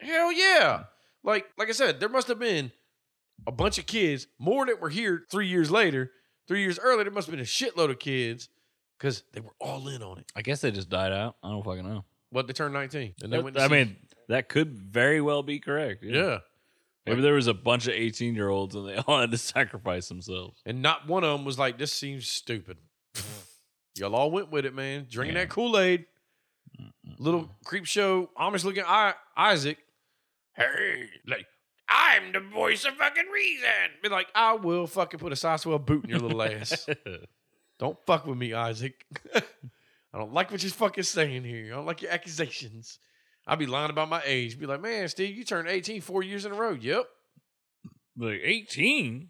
Speaker 2: hell yeah. Like like I said, there must have been a bunch of kids more that were here three years later. Three years earlier, there must have been a shitload of kids because they were all in on it.
Speaker 3: I guess they just died out. I don't fucking know.
Speaker 2: But they turned nineteen, and they went. to
Speaker 3: I
Speaker 2: see-
Speaker 3: mean, that could very well be correct.
Speaker 2: yeah.
Speaker 3: Maybe there was a bunch of 18 year olds and they all had to sacrifice themselves.
Speaker 2: And not one of them was like, this seems stupid. Y'all all went with it, man. Drinking
Speaker 3: Mm. Yeah.
Speaker 2: that Kool Aid. Little creep show, Amish looking I- Isaac. Hey, like, I'm the voice of fucking reason. Be like, I will fucking put a Saswell boot in your little ass. Don't fuck with me, Isaac. I don't like what you're fucking saying here. I don't like your accusations. I'd be lying about my age. Be like, man, Steve, you turned 18 four years in a row. Yep.
Speaker 3: like, 18?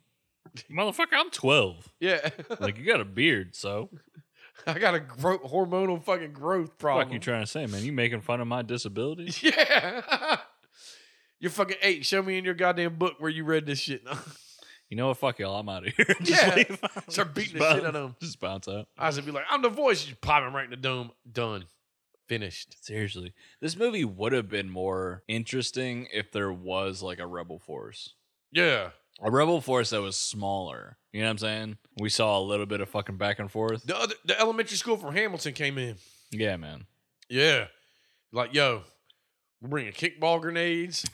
Speaker 3: Motherfucker, I'm 12.
Speaker 2: Yeah.
Speaker 3: Like, you got a beard, so.
Speaker 2: I got a gro- hormonal fucking growth problem.
Speaker 3: What you trying to say, man? You making fun of my disability?
Speaker 2: Yeah. You're fucking eight. Show me in your goddamn book where you read this shit.
Speaker 3: You know what? Fuck y'all. I'm out of here. just
Speaker 2: Yeah.
Speaker 3: leave.
Speaker 2: Start beating the
Speaker 3: Just
Speaker 2: shit
Speaker 3: bounce-
Speaker 2: out of him.
Speaker 3: Just bounce out.
Speaker 2: Isaac be like, I'm the voice. You pop him right in the dome. Done. Finished.
Speaker 3: Seriously, this movie would have been more interesting if there was like a rebel force,
Speaker 2: Yeah.
Speaker 3: a rebel force that was smaller. You know what I'm saying? We saw a little bit of fucking back and forth.
Speaker 2: The other, the elementary school from Hamilton came in.
Speaker 3: Yeah, man.
Speaker 2: Yeah. Like, yo, we're bringing kickball grenades.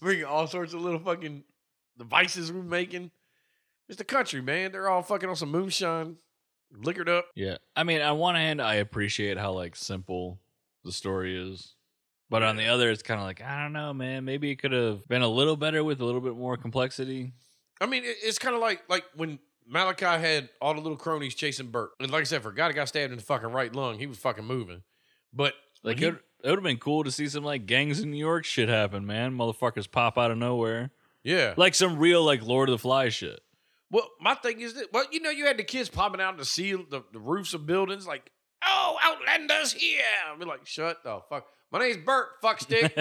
Speaker 2: bringing all sorts of little fucking devices we're making. It's the country, man. They're all fucking on some moonshine, liquored up.
Speaker 3: yeah, I mean, on one hand, I appreciate how like simple the story is, but on the other, it's kind of like I don't know, man. Maybe it could have been a little better with a little bit more complexity.
Speaker 2: I mean, it, it's kind of like like when Malachi had all the little cronies chasing Bert, and like I said, for a guy that got stabbed in the fucking right lung, he was fucking moving. But when
Speaker 3: Like
Speaker 2: he-
Speaker 3: it, it would have been cool to see some like gangs in New York shit happen, man. Motherfuckers pop out of nowhere,
Speaker 2: yeah.
Speaker 3: like some real like Lord of the Flies shit.
Speaker 2: well, my thing is that well, you know, you had the kids popping out to see the, the roofs of buildings, like, oh, Outlander's here. I'd be like, shut the fuck. My name's Bert, fuck stick.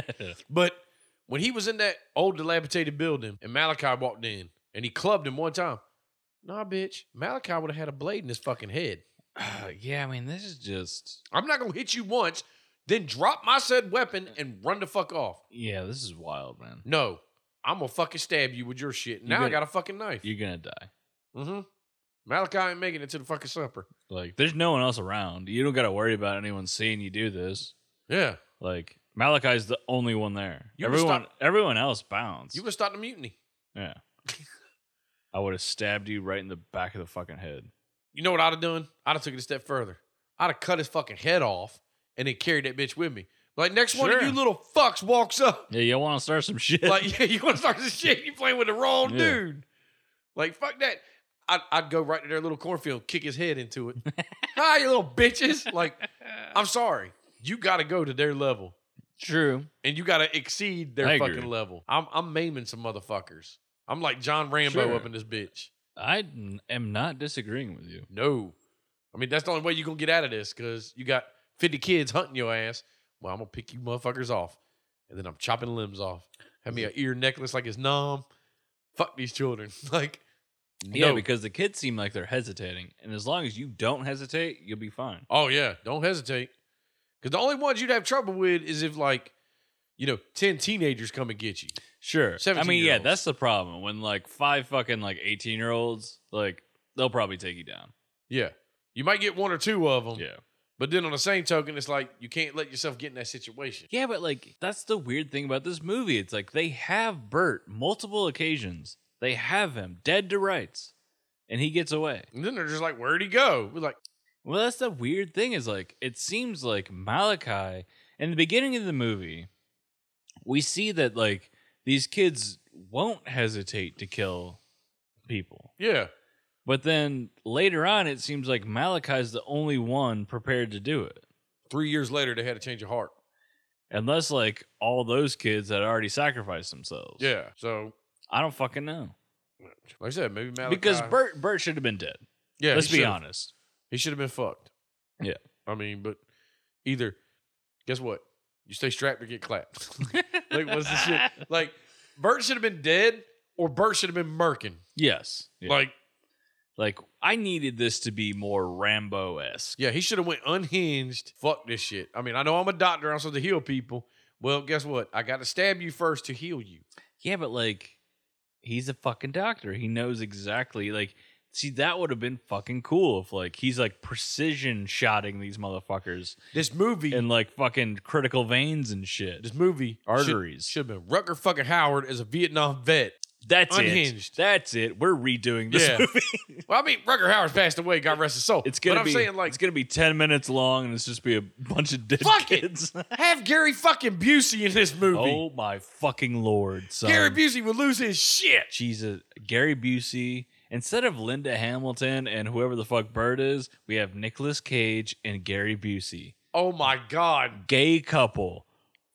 Speaker 2: but when he was in that old dilapidated building, and Malachi walked in, and he clubbed him one time. Nah, bitch, Malachi would have had a blade in his fucking head.
Speaker 3: Uh, yeah, I mean, this is just
Speaker 2: I'm not gonna hit you once, then drop my said weapon and run the fuck off.
Speaker 3: yeah, this is wild, man.
Speaker 2: No, I'm gonna fucking stab you with your shit. Now I
Speaker 3: gonna-
Speaker 2: got a fucking knife.
Speaker 3: You're gonna die.
Speaker 2: mm-hmm. Malachi ain't making it to the fucking supper.
Speaker 3: Like, there's no one else around. You don't got to worry about anyone seeing you do this.
Speaker 2: Yeah.
Speaker 3: Like, Malachi's the only one there.
Speaker 2: You would've
Speaker 3: everyone, everyone else bounced.
Speaker 2: You would have stopped the mutiny.
Speaker 3: yeah. I would have stabbed you right in the back of the fucking head.
Speaker 2: You know what I'd have done? I'd have took it a step further. I'd have cut his fucking head off and then carried that bitch with me. Like next one of
Speaker 3: Sure.
Speaker 2: you little fucks walks up.
Speaker 3: Yeah, you want to start some shit?
Speaker 2: Like, yeah, you want to start this shit? You playing with the wrong
Speaker 3: Yeah.
Speaker 2: dude. Like, fuck that. I'd, I'd go right to their little cornfield, kick his head into it. Hi, you little bitches. Like, I'm sorry. You got to go to their level
Speaker 3: true.
Speaker 2: and you got to exceed their
Speaker 3: I agree.
Speaker 2: fucking level. I'm, I'm maiming some motherfuckers. I'm like John Rambo
Speaker 3: Sure.
Speaker 2: up in this bitch.
Speaker 3: I n- am not disagreeing with you.
Speaker 2: No. I mean, that's the only way you're going to get out of this because you got 50 kids hunting your ass. Well, I'm going to pick you motherfuckers off. And then I'm chopping limbs off. Have me an ear necklace like it's numb. Fuck these children. Like,
Speaker 3: Yeah,
Speaker 2: No.
Speaker 3: because the kids seem like they're hesitating, and as long as you don't hesitate, you'll be fine.
Speaker 2: oh, yeah, don't hesitate. Because the only ones you'd have trouble with is if, like, you know, 10 teenagers come and get you.
Speaker 3: Sure. I mean, yeah,
Speaker 2: 17-year-olds.
Speaker 3: that's the problem. When like five fucking like eighteen year olds, like they'll probably take you down.
Speaker 2: Yeah. You might get one or two of them.
Speaker 3: Yeah.
Speaker 2: But then on the same token, it's like you can't let yourself get in that situation.
Speaker 3: Yeah, but like that's the weird thing about this movie. It's like they have Bert multiple occasions. They have him dead to rights, and he gets away.
Speaker 2: And then they're just like, where'd he go? We're like,
Speaker 3: Well, that's the weird thing is like it seems like Malachi in the beginning of the movie, we see that like these kids won't hesitate to kill people.
Speaker 2: yeah.
Speaker 3: But then later on it seems like Malachi's the only one prepared to do it.
Speaker 2: Three years later, they had a change of heart.
Speaker 3: Unless like all those kids had already sacrificed themselves.
Speaker 2: Yeah. So,
Speaker 3: I don't fucking know.
Speaker 2: like I said, maybe Malachi.
Speaker 3: Because Bert Bert should have been dead.
Speaker 2: yeah,
Speaker 3: Let's be
Speaker 2: he should've-
Speaker 3: honest.
Speaker 2: He should have been fucked.
Speaker 3: Yeah.
Speaker 2: I mean, but either, guess what? You stay strapped or get clapped. like, what's the shit? Like, Bert should have been dead or Bert should have been murking.
Speaker 3: Yes. Like
Speaker 2: Like,
Speaker 3: like I needed this to be more Rambo esque.
Speaker 2: yeah, he should have went unhinged. Fuck this shit. I mean, I know I'm a doctor. I'm supposed to heal people. Well, guess what? I got to stab you first to heal you.
Speaker 3: Yeah, but like, he's a fucking doctor. He knows exactly. Like, see, that would have been fucking cool if like he's like precision shotting these motherfuckers
Speaker 2: This movie,
Speaker 3: and like fucking critical veins and shit,
Speaker 2: this movie,
Speaker 3: arteries.
Speaker 2: should have been Rucker fucking Howard as a Vietnam vet.
Speaker 3: That's
Speaker 2: Unhinged.
Speaker 3: it. That's it. We're redoing this
Speaker 2: Yeah.
Speaker 3: movie.
Speaker 2: Well, I mean, Rucker Howard passed away. God rest his soul.
Speaker 3: It's gonna
Speaker 2: but I'm
Speaker 3: be.
Speaker 2: saying like
Speaker 3: it's gonna be ten minutes long, and it's just be a bunch of dead
Speaker 2: Fuck it.
Speaker 3: kids.
Speaker 2: have Gary fucking Busey in this movie.
Speaker 3: oh my fucking lord, son.
Speaker 2: Gary Busey would lose his shit.
Speaker 3: Jesus, Gary Busey. Instead of Linda Hamilton and whoever the fuck Bird is, we have Nicolas Cage and Gary Busey,
Speaker 2: Oh my god.
Speaker 3: gay couple,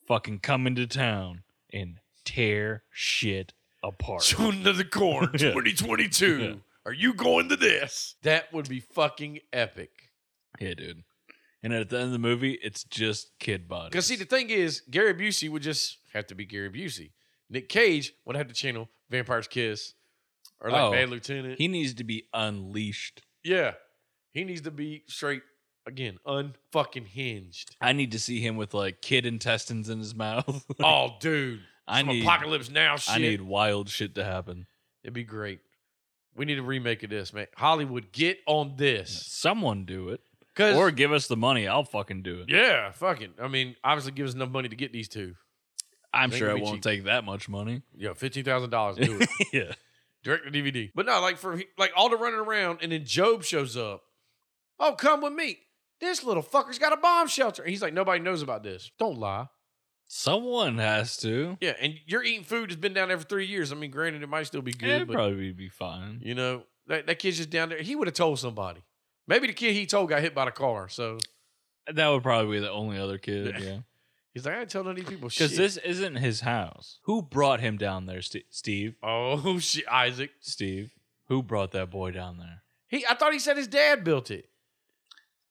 Speaker 3: fucking come into town and tear shit apart.
Speaker 2: Tune to the corn,
Speaker 3: Yeah.
Speaker 2: 2022.
Speaker 3: Yeah.
Speaker 2: Are you going to this? That would be fucking epic.
Speaker 3: yeah, dude. And at the end of the movie, it's just kid bodies.
Speaker 2: Because see, the thing is, Gary Busey would just have to be Gary Busey. Nick Cage would have to channel Vampire's Kiss or like
Speaker 3: Oh.
Speaker 2: Bad Lieutenant.
Speaker 3: he needs to be unleashed.
Speaker 2: yeah, he needs to be straight again, unfucking hinged.
Speaker 3: I need to see him with like kid intestines in his mouth.
Speaker 2: Oh, dude,
Speaker 3: I
Speaker 2: some
Speaker 3: need-
Speaker 2: apocalypse now shit.
Speaker 3: I need wild shit to happen.
Speaker 2: It'd be great. We need a remake of this, man. Hollywood, get on this.
Speaker 3: Someone do it,
Speaker 2: Cause
Speaker 3: or give us the money. I'll fucking do it.
Speaker 2: yeah, fucking. I mean, obviously, give us enough money to get these two.
Speaker 3: I'm
Speaker 2: They
Speaker 3: sure
Speaker 2: can
Speaker 3: it
Speaker 2: be
Speaker 3: won't
Speaker 2: cheap.
Speaker 3: take that much money.
Speaker 2: Yeah, fifteen thousand dollars. Do it
Speaker 3: yeah.
Speaker 2: direct to DVD. But no, like for like all the running around, and then Job shows up. Oh, come with me. This little fucker's got a bomb shelter. And he's like, nobody knows about this. Don't lie.
Speaker 3: Someone has to.
Speaker 2: Yeah, and you're eating food that's been down there for three years. I mean, granted, it might still be good,
Speaker 3: It'd
Speaker 2: but
Speaker 3: probably be fine.
Speaker 2: you know that, that kid's just down there. He would have told somebody. Maybe the kid he told got hit by the car. So
Speaker 3: That would probably be the only other kid.
Speaker 2: Yeah.
Speaker 3: Yeah.
Speaker 2: he's like, I ain't telling any people shit.
Speaker 3: Because this isn't his house. Who brought him down there, Ste Steve?
Speaker 2: Oh shit, Isaac.
Speaker 3: Steve. Who brought that boy down there?
Speaker 2: He I thought he said his dad built it.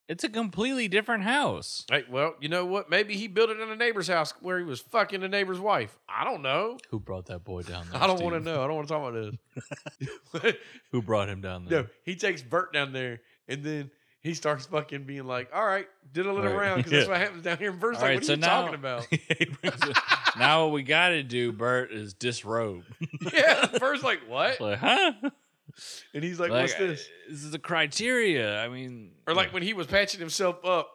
Speaker 3: It's a completely different house.
Speaker 2: Hey, well, you know what? Maybe he built it in a neighbor's house where he was fucking the neighbor's wife. I don't know.
Speaker 3: Who brought that boy down there?
Speaker 2: I don't
Speaker 3: Steve?
Speaker 2: want to know. I don't want to talk about this.
Speaker 3: Who brought him down there?
Speaker 2: no, he takes Bert down there and then he starts fucking being like, all right, did a little
Speaker 3: Right.
Speaker 2: round because that's
Speaker 3: Yeah.
Speaker 2: what happens down here in Verse.
Speaker 3: All
Speaker 2: Like,
Speaker 3: right,
Speaker 2: what are
Speaker 3: so
Speaker 2: you
Speaker 3: now-
Speaker 2: talking about?
Speaker 3: He brings it- now what we gotta do, Bert, is disrobe.
Speaker 2: yeah, Bert's like, what?
Speaker 3: Like, huh?
Speaker 2: and he's like, "What's
Speaker 3: I-
Speaker 2: this?"
Speaker 3: This is the criteria. I mean,
Speaker 2: Or like when he was patching himself up,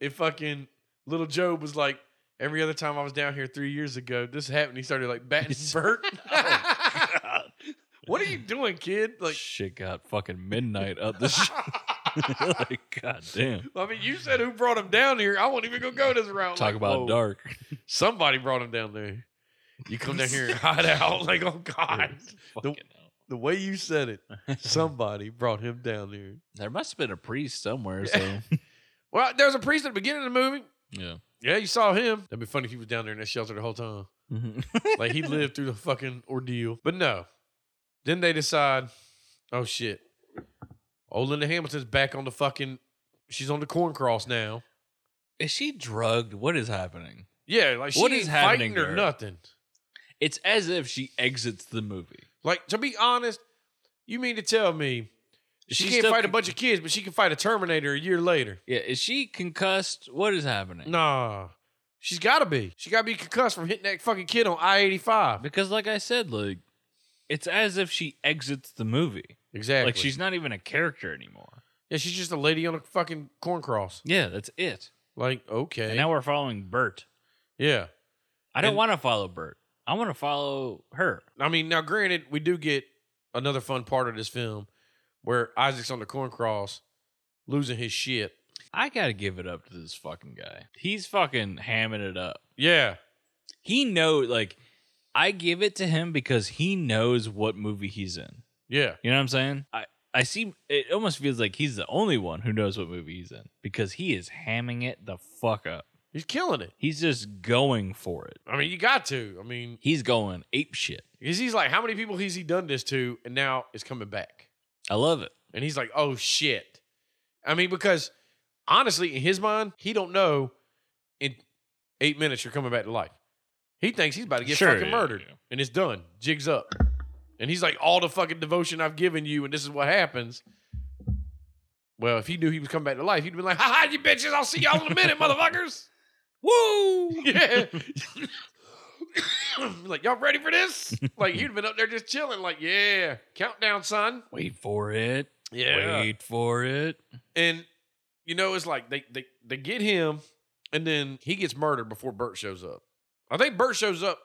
Speaker 2: if fucking little Job was like, every other time I was down here three years ago, this happened. He started like batting Bert. what are you doing, kid? Like,
Speaker 3: Oh, shit got fucking midnight up the. Sh- like goddamn.
Speaker 2: I mean, you said who brought him down here. I won't even go go this route.
Speaker 3: Talk
Speaker 2: Like,
Speaker 3: about
Speaker 2: whoa,
Speaker 3: dark.
Speaker 2: Somebody brought him down there. You come down here and hide out. Like, oh God.
Speaker 3: Fucking hell.
Speaker 2: The way you said it, somebody brought him down there.
Speaker 3: There must have been a priest somewhere. So
Speaker 2: Well, there was a priest at the beginning of the movie.
Speaker 3: yeah.
Speaker 2: Yeah, you saw him. That'd be funny if he was down there in that shelter the whole time.
Speaker 3: Mm-hmm.
Speaker 2: like he lived through the fucking ordeal. But no. Then they decide, oh shit. Old Linda Hamilton's back on the fucking she's on the corn cross now.
Speaker 3: Is she drugged? What is happening?
Speaker 2: Yeah, like she
Speaker 3: What
Speaker 2: ain't
Speaker 3: is happening
Speaker 2: fighting
Speaker 3: to
Speaker 2: or
Speaker 3: her?
Speaker 2: nothing.
Speaker 3: It's as if she exits the movie.
Speaker 2: Like to be honest, you mean to tell me she,
Speaker 3: She's
Speaker 2: can't
Speaker 3: still
Speaker 2: fight a
Speaker 3: con-
Speaker 2: bunch of kids, but she can fight a Terminator a year later.
Speaker 3: Yeah, is she concussed? What is happening?
Speaker 2: Nah. She's gotta be. She gotta be concussed from hitting that fucking kid on I eighty five.
Speaker 3: Because like I said, like it's as if she exits the movie.
Speaker 2: Exactly.
Speaker 3: Like she's not even a character anymore.
Speaker 2: yeah, she's just a lady on a fucking corn cross.
Speaker 3: Yeah, that's it.
Speaker 2: Like, okay.
Speaker 3: And now we're following Bert.
Speaker 2: yeah.
Speaker 3: I don't
Speaker 2: And-
Speaker 3: want to follow Bert. I want to follow her.
Speaker 2: I mean, now granted, we do get another fun part of this film where Isaac's on the corn cross losing his shit.
Speaker 3: I gotta give it up to this fucking guy. He's fucking hamming it up.
Speaker 2: Yeah.
Speaker 3: He know like I give it to him because he knows what movie he's in.
Speaker 2: Yeah.
Speaker 3: You know what I'm saying? I I see. It almost feels like he's the only one who knows what movie he's in because he is hamming it the fuck up.
Speaker 2: He's killing it.
Speaker 3: He's just going for it.
Speaker 2: I mean, you got to. I mean,
Speaker 3: He's going ape shit.
Speaker 2: because he's like, how many people has he done this to? And now it's coming back.
Speaker 3: I love it.
Speaker 2: And he's like, oh shit. I mean, because honestly, in his mind, he don't know in eight minutes you're coming back to life. He thinks he's about to get
Speaker 3: Sure,
Speaker 2: fucking
Speaker 3: yeah,
Speaker 2: murdered.
Speaker 3: yeah.
Speaker 2: And it's done. Jig's up. And he's like, all the fucking devotion I've given you, and this is what happens. Well, if he knew he was coming back to life, he'd have been like, ha ha, you bitches, I'll see y'all in a minute, motherfuckers. Woo! Yeah. like, y'all ready for this? Like, he'd have been up there just chilling, like, yeah, countdown, son.
Speaker 3: Wait for it.
Speaker 2: Yeah.
Speaker 3: Wait for it.
Speaker 2: And you know, it's like they they they get him, and then he gets murdered before Bert shows up. I think Bert shows up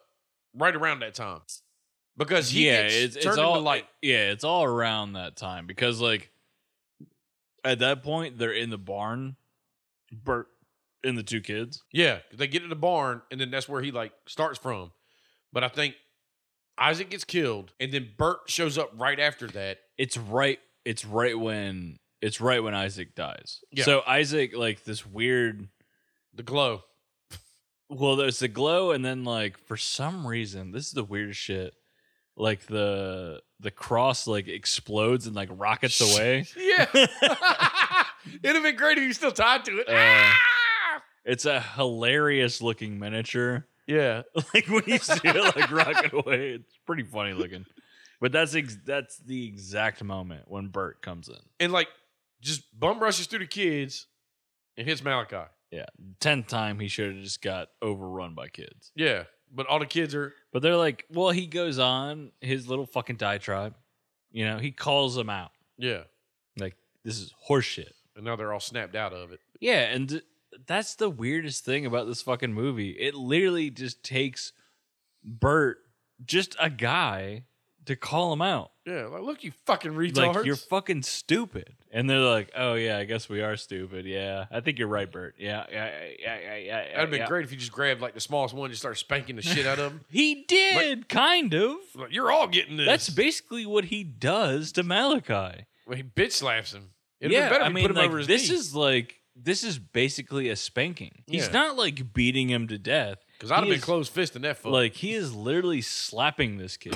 Speaker 2: right around that time because he
Speaker 3: yeah,
Speaker 2: gets
Speaker 3: it's, it's
Speaker 2: turned
Speaker 3: all
Speaker 2: into like
Speaker 3: yeah, it's all around that time because like at that point they're in the barn, Bert and the two kids.
Speaker 2: yeah. They get to the barn, and then that's where he like starts from. But I think Isaac gets killed, and then Bert shows up right after that.
Speaker 3: It's right. It's right when it's right when Isaac dies.
Speaker 2: Yeah.
Speaker 3: So Isaac like this weird.
Speaker 2: The glow,
Speaker 3: Well, there's the glow, and then like for some reason, this is the weirdest shit. Like the the cross like explodes and like rockets away.
Speaker 2: yeah. It'd have been great if you still tied to it.
Speaker 3: Uh,
Speaker 2: Ah!
Speaker 3: It's a hilarious looking miniature.
Speaker 2: Yeah,
Speaker 3: like when you see it like rocket away, it's pretty funny looking. But that's ex- that's the exact moment when Bert comes in.
Speaker 2: and like just bum rushes through the kids and hits Malachi.
Speaker 3: Tenth time he should have just got overrun by kids.
Speaker 2: Yeah, but all the kids are
Speaker 3: But they're like, well, he goes on his little fucking diatribe. You know, he calls them out.
Speaker 2: yeah,
Speaker 3: Like this is horseshit.
Speaker 2: and now they're all snapped out of it.
Speaker 3: Yeah, and th- that's the weirdest thing about this fucking movie. It literally just takes Bert, just a guy, to call him out.
Speaker 2: Yeah, like look, you fucking retards.
Speaker 3: like you're fucking stupid and they're like oh yeah i guess we are stupid yeah i think you're right bert yeah yeah yeah yeah, yeah, yeah
Speaker 2: That'd been
Speaker 3: yeah.
Speaker 2: great if you just grabbed like the smallest one and just started spanking the shit out of him.
Speaker 3: he did kind of
Speaker 2: Like, you're all getting this.
Speaker 3: that's basically what he does to malachi
Speaker 2: well, he bitch slaps him. It'd
Speaker 3: yeah
Speaker 2: been better
Speaker 3: i
Speaker 2: if
Speaker 3: mean
Speaker 2: he put him
Speaker 3: like
Speaker 2: over his
Speaker 3: this
Speaker 2: knee.
Speaker 3: is like this is basically a spanking he's
Speaker 2: Yeah.
Speaker 3: not like beating him to death
Speaker 2: because I'd have
Speaker 3: he
Speaker 2: been
Speaker 3: is-
Speaker 2: close fist in that fuck.
Speaker 3: like he is literally slapping this kid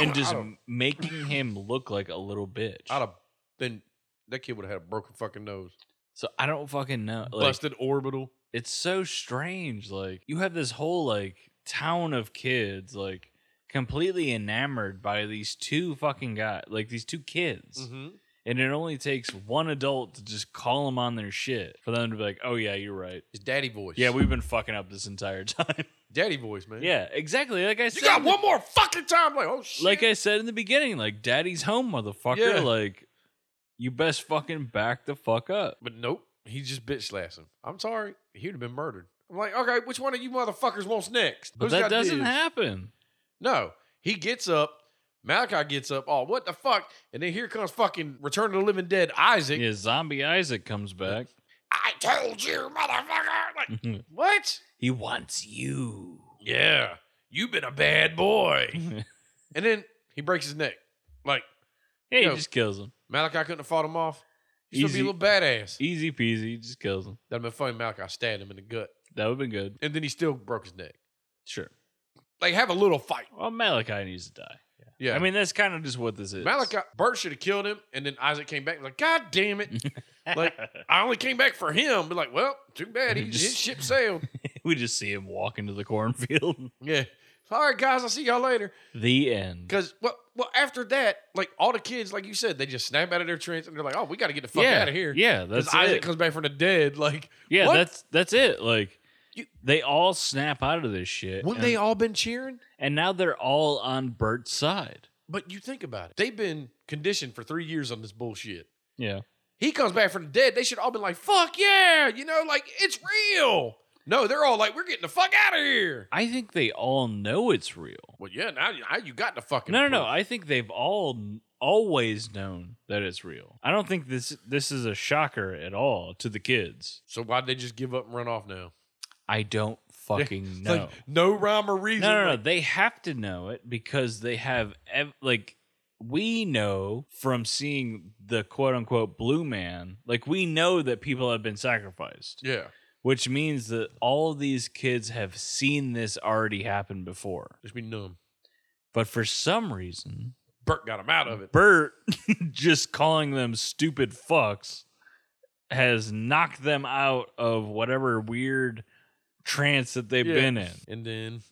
Speaker 3: and just making him look like a little bitch
Speaker 2: I'd have then that kid would have had a broken fucking nose,
Speaker 3: so i don't fucking know like,
Speaker 2: busted orbital.
Speaker 3: it's so strange like you have this whole like town of kids like completely enamored by these two fucking guys like these two kids
Speaker 2: Mm-hmm.
Speaker 3: and it only takes one adult to just call them on their shit for them to be like oh yeah you're right
Speaker 2: His daddy voice.
Speaker 3: yeah we've been fucking up this entire time
Speaker 2: Daddy voice, man.
Speaker 3: Yeah, exactly. Like I
Speaker 2: You
Speaker 3: said,
Speaker 2: got one more fucking time. Like, oh shit.
Speaker 3: like I said in the beginning, like daddy's home, motherfucker.
Speaker 2: Yeah.
Speaker 3: Like you best fucking back the fuck up.
Speaker 2: but nope. He just bitch slaps him. I'm sorry. He'd have been murdered. I'm like, okay, which one of you motherfuckers wants next?
Speaker 3: But
Speaker 2: Who's
Speaker 3: that
Speaker 2: got
Speaker 3: doesn't
Speaker 2: dibs?
Speaker 3: happen.
Speaker 2: No. He gets up. Malachi gets up. Oh, what the fuck? And then here comes fucking Return of the Living Dead Isaac.
Speaker 3: Yeah, zombie Isaac comes back.
Speaker 2: I told you, motherfucker. Like, what?
Speaker 3: he wants you.
Speaker 2: Yeah. You've been a bad boy. and then he breaks his neck. Like,
Speaker 3: Hey,
Speaker 2: Yo.
Speaker 3: he just kills him.
Speaker 2: Malachi couldn't have fought him off. He'd still be
Speaker 3: Easy.
Speaker 2: a little badass.
Speaker 3: Easy peasy, he just kills him.
Speaker 2: That'd have been funny. Malachi stabbed him in the gut.
Speaker 3: That would have been good.
Speaker 2: And then he still broke his neck.
Speaker 3: Sure.
Speaker 2: Like, have a little fight.
Speaker 3: Well, Malachi needs to die.
Speaker 2: Yeah.
Speaker 3: I mean, that's kind of just what this is.
Speaker 2: Malachi, Bert should have killed him. And then Isaac came back and was like, God damn it. like, I only came back for him. But like, well, too bad. He,
Speaker 3: Just-
Speaker 2: his ship sailed.
Speaker 3: we just see him walk into the cornfield.
Speaker 2: yeah. All right, guys. I'll see y'all later.
Speaker 3: the end.
Speaker 2: Because well, well, after that, like all the kids, like you said, they just snap out of their trance and they're like, "Oh, we got to get the fuck
Speaker 3: yeah,
Speaker 2: out of here."
Speaker 3: Yeah,
Speaker 2: because
Speaker 3: that's
Speaker 2: Isaac
Speaker 3: it.
Speaker 2: comes back from the dead. Like,
Speaker 3: Yeah,
Speaker 2: What?
Speaker 3: that's that's it. Like
Speaker 2: You-
Speaker 3: they all snap out of this shit.
Speaker 2: wouldn't
Speaker 3: and,
Speaker 2: they all been cheering?
Speaker 3: and now they're all on Bert's side.
Speaker 2: But you think about it, they've been conditioned for three years on this bullshit.
Speaker 3: Yeah.
Speaker 2: He comes back from the dead. They should all been like, "Fuck yeah," you know, like it's real. No, they're all like, "We're getting the fuck out of here."
Speaker 3: I think they all know it's real.
Speaker 2: Well, yeah, now, now you got the fucking
Speaker 3: No, no, no.
Speaker 2: proof.
Speaker 3: I think they've all n- always known that it's real. I don't think this this is a shocker at all to the kids.
Speaker 2: so why'd they just give up and run off now?
Speaker 3: I don't fucking know.
Speaker 2: Like, no rhyme or reason.
Speaker 3: no, no, no.
Speaker 2: Like,
Speaker 3: They have to know it because they have ev- like we know from seeing the quote unquote blue man. Like we know that people have been sacrificed,
Speaker 2: yeah,
Speaker 3: which means that all these kids have seen this already happen before.
Speaker 2: just be numb.
Speaker 3: But for some reason,
Speaker 2: Bert got him out of it.
Speaker 3: Bert just calling them stupid fucks has knocked them out of whatever weird trance that they've
Speaker 2: Yeah.
Speaker 3: been in.
Speaker 2: And then,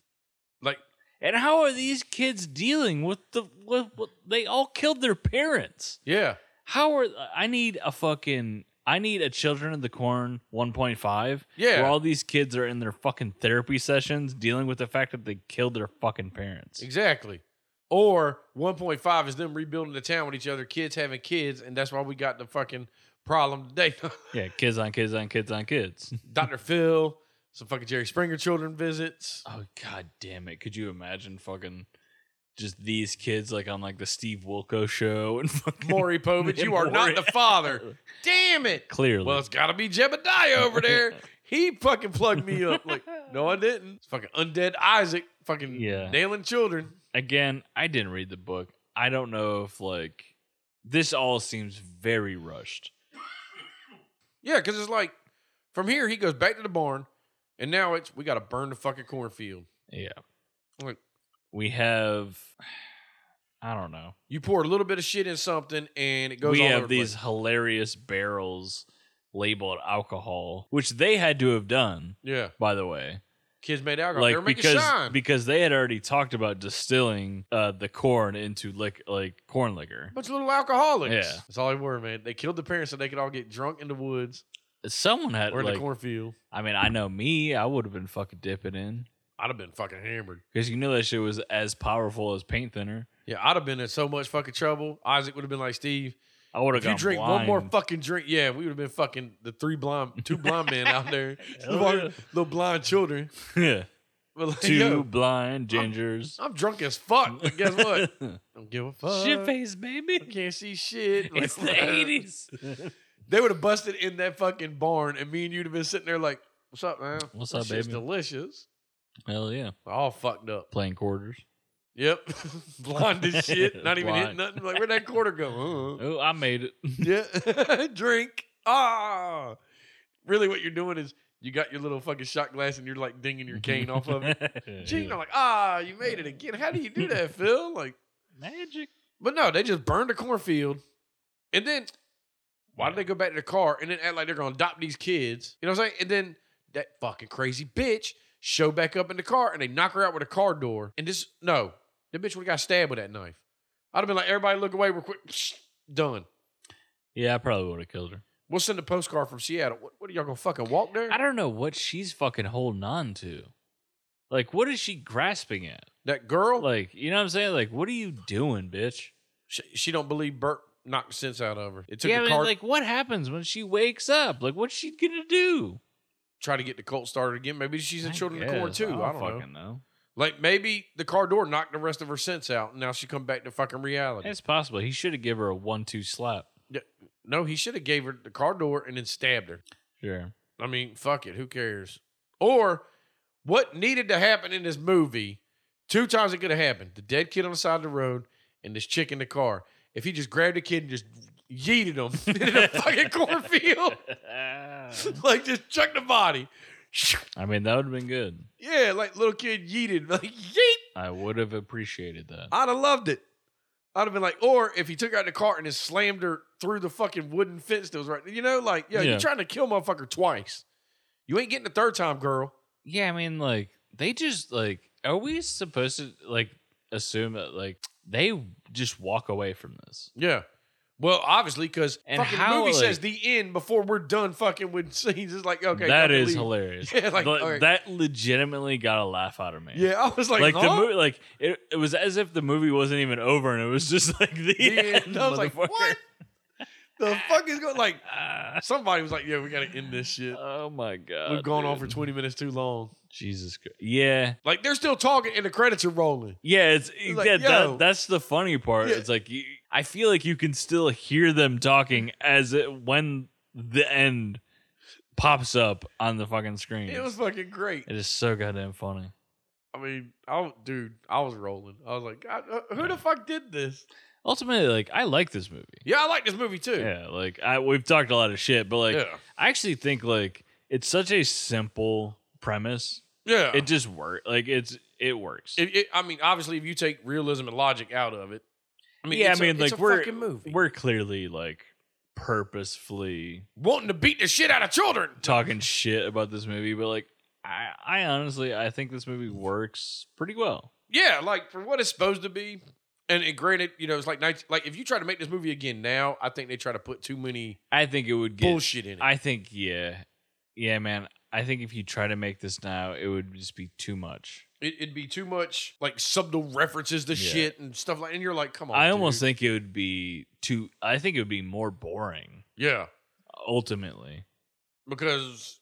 Speaker 2: like,
Speaker 3: And how are these kids dealing with the? With, with, they all killed their parents.
Speaker 2: yeah,
Speaker 3: How are? I need a fucking. I need a Children of the Corn 1.5,
Speaker 2: yeah.
Speaker 3: where all these kids are in their fucking therapy sessions dealing with the fact that they killed their fucking parents.
Speaker 2: Exactly. Or 1.5 is them rebuilding the town with each other, kids having kids, and that's why we got the fucking problem today.
Speaker 3: Yeah, kids on kids on kids on kids.
Speaker 2: Dr. Phil, some fucking Jerry Springer children visits.
Speaker 3: oh god damn it! Could you imagine fucking just these kids like on like the Steve Wilco show and fucking
Speaker 2: Maury Povich, you are not the father. Damn it.
Speaker 3: clearly.
Speaker 2: Well, it's got to be Jebediah over there. He fucking plugged me up. Like, no, I didn't. It's fucking undead Isaac, fucking
Speaker 3: Yeah.
Speaker 2: nailing children.
Speaker 3: again, I didn't read the book. I don't know if like this all seems very rushed.
Speaker 2: Yeah, because it's like from here, he goes back to the barn, and now it's we got to burn the fucking cornfield.
Speaker 3: Yeah.
Speaker 2: Like-
Speaker 3: we have I don't know.
Speaker 2: You pour a little bit of shit in something, and it goes
Speaker 3: we
Speaker 2: all
Speaker 3: have
Speaker 2: over the place.
Speaker 3: these hilarious barrels labeled alcohol, which they had to have done,
Speaker 2: Yeah.
Speaker 3: by the way.
Speaker 2: Kids made alcohol. they
Speaker 3: Like
Speaker 2: were making
Speaker 3: because
Speaker 2: shine.
Speaker 3: because they had already talked about distilling uh, the corn into lick like corn liquor.
Speaker 2: Bunch of little alcoholics.
Speaker 3: Yeah.
Speaker 2: That's all they were, man. They killed the parents so they could all get drunk in the woods
Speaker 3: Someone had
Speaker 2: or in
Speaker 3: like
Speaker 2: the cornfield.
Speaker 3: I mean, I know me, I would have been fucking dipping in.
Speaker 2: I'd have been fucking hammered.
Speaker 3: Because you knew that shit was as powerful as paint thinner.
Speaker 2: Yeah, I'd have been in so much fucking trouble. Isaac would have been like, Steve,
Speaker 3: I would have
Speaker 2: if you
Speaker 3: gone
Speaker 2: drink
Speaker 3: blind.
Speaker 2: one more fucking drink, yeah, we would have been fucking the three blind, two blind men out there,
Speaker 3: Hell
Speaker 2: Fucking
Speaker 3: yeah.
Speaker 2: little blind children. But like,
Speaker 3: Two
Speaker 2: yo,
Speaker 3: blind gingers.
Speaker 2: I'm drunk as fuck. But guess what? Don't give a fuck.
Speaker 3: Shit face, baby.
Speaker 2: I can't see shit.
Speaker 3: It's the
Speaker 2: Like,
Speaker 3: eighties.
Speaker 2: They would have busted in that fucking barn, and me and you'd have been sitting there like, "What's up, man?
Speaker 3: What's
Speaker 2: That
Speaker 3: up,
Speaker 2: shit's
Speaker 3: baby?"
Speaker 2: delicious."
Speaker 3: Hell yeah.
Speaker 2: All fucked up.
Speaker 3: Playing quarters.
Speaker 2: Yep, blind as shit. Not even hitting
Speaker 3: Blind.
Speaker 2: nothing. Like where'd that quarter go? Uh,
Speaker 3: Oh, I made it.
Speaker 2: yeah, drink. Ah, really? What you're doing is you got your little fucking shot glass, and you're like dinging your cane off of it. Gene, I'm like, ah, you made it again. How do you do that, Phil? Like,
Speaker 3: Magic.
Speaker 2: but no, they just burned a cornfield, and then why did they go back to the car and then act like they're gonna adopt these kids? You know what I'm saying? And then that fucking crazy bitch show back up in the car and they knock her out with a car door. And this no, the bitch would have got stabbed with that knife. I'd have been like, everybody look away, we're quick. Psh, done.
Speaker 3: Yeah, I probably would have killed her.
Speaker 2: We'll send a postcard from Seattle. What, what are y'all gonna fucking walk there?
Speaker 3: I don't know what she's fucking holding on to. Like, what is she grasping at?
Speaker 2: That girl,
Speaker 3: Like, you know what I'm saying? Like, what are you doing, bitch?
Speaker 2: she, she don't believe Bert knocked sense out of her. It took
Speaker 3: yeah,
Speaker 2: the
Speaker 3: but,
Speaker 2: car,
Speaker 3: like, what happens when she wakes up? Like, what's she gonna do?
Speaker 2: try to get the cult started again. Maybe she's in
Speaker 3: I
Speaker 2: children of the corn
Speaker 3: guess.
Speaker 2: too. I don't, know.
Speaker 3: fucking know.
Speaker 2: Like maybe the car door knocked the rest of her sense out, and now she come back to fucking reality.
Speaker 3: It's possible. He should have given her a one-two slap.
Speaker 2: no, he should have gave her the car door and then stabbed her.
Speaker 3: Sure.
Speaker 2: I mean, fuck it, who cares? Or what needed to happen in this movie? Two times it could have happened: the dead kid on the side of the road and this chick in the car. If he just grabbed the kid and just yeeted him into the fucking cornfield, like just chucked the body.
Speaker 3: I mean, that would have been good.
Speaker 2: Yeah, like little kid yeeted, like yeet.
Speaker 3: I would have appreciated that.
Speaker 2: I'd have loved it. I'd have been like, or if he took her out the car and just slammed her through the fucking wooden fence that was right, you know, like, yo,
Speaker 3: Yeah.
Speaker 2: you're trying to kill motherfucker twice. You ain't getting the third time, girl.
Speaker 3: Yeah, I mean, like they just like are we supposed to like assume that like they just walk away from this?
Speaker 2: Yeah. Well, obviously, because
Speaker 3: And
Speaker 2: fucking
Speaker 3: how,
Speaker 2: the movie
Speaker 3: like-
Speaker 2: says the end before we're done fucking with scenes. It's like, okay,
Speaker 3: that
Speaker 2: y'all can
Speaker 3: is
Speaker 2: leave.
Speaker 3: hilarious.
Speaker 2: Yeah, like,
Speaker 3: Th-
Speaker 2: okay.
Speaker 3: that legitimately got a laugh out of me.
Speaker 2: Yeah, I was like,
Speaker 3: Like, the
Speaker 2: huh?
Speaker 3: movie, like it, it was as if the movie wasn't even over, and it was just like the
Speaker 2: Yeah,
Speaker 3: end.
Speaker 2: I was like,
Speaker 3: motherfucker.
Speaker 2: what? The fuck is going? Like,
Speaker 3: Ah,
Speaker 2: somebody was like, yeah, we gotta end this shit.
Speaker 3: oh my god,
Speaker 2: We've gone on for
Speaker 3: dude.
Speaker 2: twenty minutes too long.
Speaker 3: Jesus Christ. Yeah,
Speaker 2: Like, they're still talking, and the credits are rolling.
Speaker 3: Yeah, it's
Speaker 2: Like,
Speaker 3: yeah,
Speaker 2: yo.
Speaker 3: that, that's the funny part.
Speaker 2: Yeah.
Speaker 3: It's like you, I feel like you can still hear them talking as it, when the end pops up on the fucking screen.
Speaker 2: It was fucking great.
Speaker 3: it is so goddamn funny.
Speaker 2: I mean, I w- dude, I was rolling. I was like, God, uh, who the fuck did this?
Speaker 3: Ultimately, like I like this movie.
Speaker 2: Yeah, I like this movie too.
Speaker 3: Yeah, like I we've talked a lot of shit, but like
Speaker 2: yeah,
Speaker 3: I actually think like it's such a simple premise.
Speaker 2: yeah.
Speaker 3: It just work. Like it's it works.
Speaker 2: It- it- I mean, obviously, if you take realism and logic out of it, I mean,
Speaker 3: Yeah,
Speaker 2: it's
Speaker 3: I
Speaker 2: a-
Speaker 3: mean,
Speaker 2: it's
Speaker 3: like,
Speaker 2: a
Speaker 3: we're-
Speaker 2: fucking movie.
Speaker 3: We're clearly like purposefully
Speaker 2: wanting to beat the shit out of children.
Speaker 3: talking shit about this movie, but like I, I honestly I think this movie works pretty well.
Speaker 2: Yeah, like for what it's supposed to be. And, and granted, you know, it's like 19, like if you try to make this movie again now, I think they try to put too many
Speaker 3: I think it would get
Speaker 2: bullshit in it.
Speaker 3: I think yeah. Yeah, man. I think if you try to make this now, it would just be too much.
Speaker 2: it. It'd be too much like subtle references to
Speaker 3: Yeah.
Speaker 2: shit and stuff like. And you're like, come on.
Speaker 3: I almost
Speaker 2: dude.
Speaker 3: think it would be too I think it would be more boring
Speaker 2: yeah.
Speaker 3: ultimately.
Speaker 2: because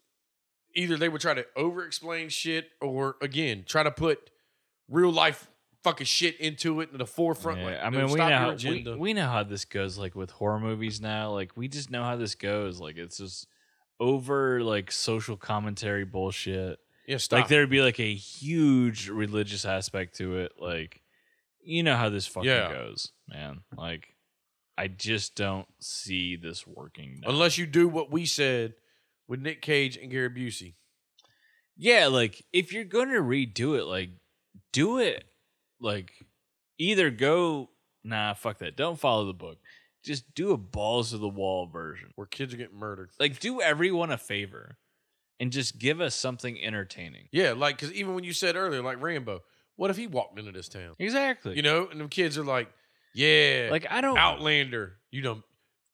Speaker 2: either they would try to over explain shit or again try to put real life fucking shit into it in the forefront.
Speaker 3: Yeah,
Speaker 2: like,
Speaker 3: I
Speaker 2: no,
Speaker 3: mean, we
Speaker 2: stop
Speaker 3: know
Speaker 2: your
Speaker 3: how, we,
Speaker 2: agenda.
Speaker 3: we know how this goes. Like with horror movies now, like we just know how this goes. Like it's just over like social commentary bullshit.
Speaker 2: yeah, stop.
Speaker 3: Like there'd be like a huge religious aspect to it. Like you know how this fucking
Speaker 2: Yeah.
Speaker 3: goes, man. Like I just don't see this working. now.
Speaker 2: unless you do what we said with Nick Cage and Gary Busey.
Speaker 3: yeah, like if you're going to redo it, like do it like either go nah, fuck that. Don't follow the book. Just do a balls to the wall version.
Speaker 2: Where kids are getting murdered.
Speaker 3: Like do everyone a favor and just give us something entertaining.
Speaker 2: Yeah, like because even when you said earlier, like Rambo, what if he walked into this town?
Speaker 3: Exactly.
Speaker 2: You know, and them kids are like, yeah,
Speaker 3: like I don't
Speaker 2: Outlander. You know,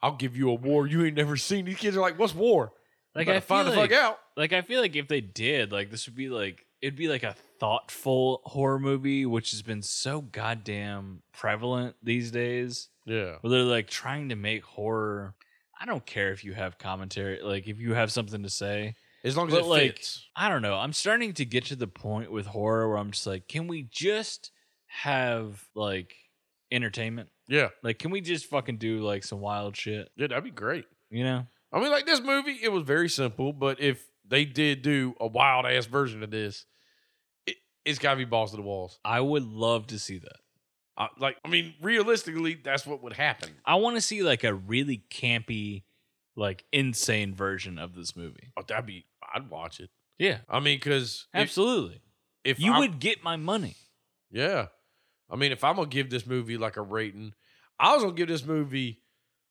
Speaker 2: I'll give you a war you ain't never seen. These kids are like, what's war?
Speaker 3: like
Speaker 2: Better
Speaker 3: I
Speaker 2: find
Speaker 3: feel
Speaker 2: the
Speaker 3: like
Speaker 2: fuck out.
Speaker 3: like I feel like if they did, like this would be like it'd be like a thoughtful horror movie, which has been so goddamn prevalent these days.
Speaker 2: Yeah,
Speaker 3: Where they're like trying to make horror. I don't care if you have commentary, like if you have something to say.
Speaker 2: as long as
Speaker 3: But,
Speaker 2: it
Speaker 3: like,
Speaker 2: fits.
Speaker 3: I don't know. I'm starting to get to the point with horror where I'm just like, can we just have like entertainment?
Speaker 2: Yeah,
Speaker 3: Like, can we just fucking do like some wild shit?
Speaker 2: yeah, that'd be great.
Speaker 3: You know?
Speaker 2: I mean, like this movie, it was very simple, but if they did do a wild ass version of this, it, it's got to be balls to the walls.
Speaker 3: I would love to see that.
Speaker 2: I, like, I mean, realistically, that's what would happen.
Speaker 3: I want to see like a really campy, like insane version of this movie.
Speaker 2: Oh, that'd be, I'd watch it.
Speaker 3: Yeah,
Speaker 2: I mean, because if,
Speaker 3: absolutely.
Speaker 2: if
Speaker 3: you
Speaker 2: I'm-
Speaker 3: would get my money.
Speaker 2: yeah. I mean, if I'm gonna give this movie like a rating, I was gonna give this movie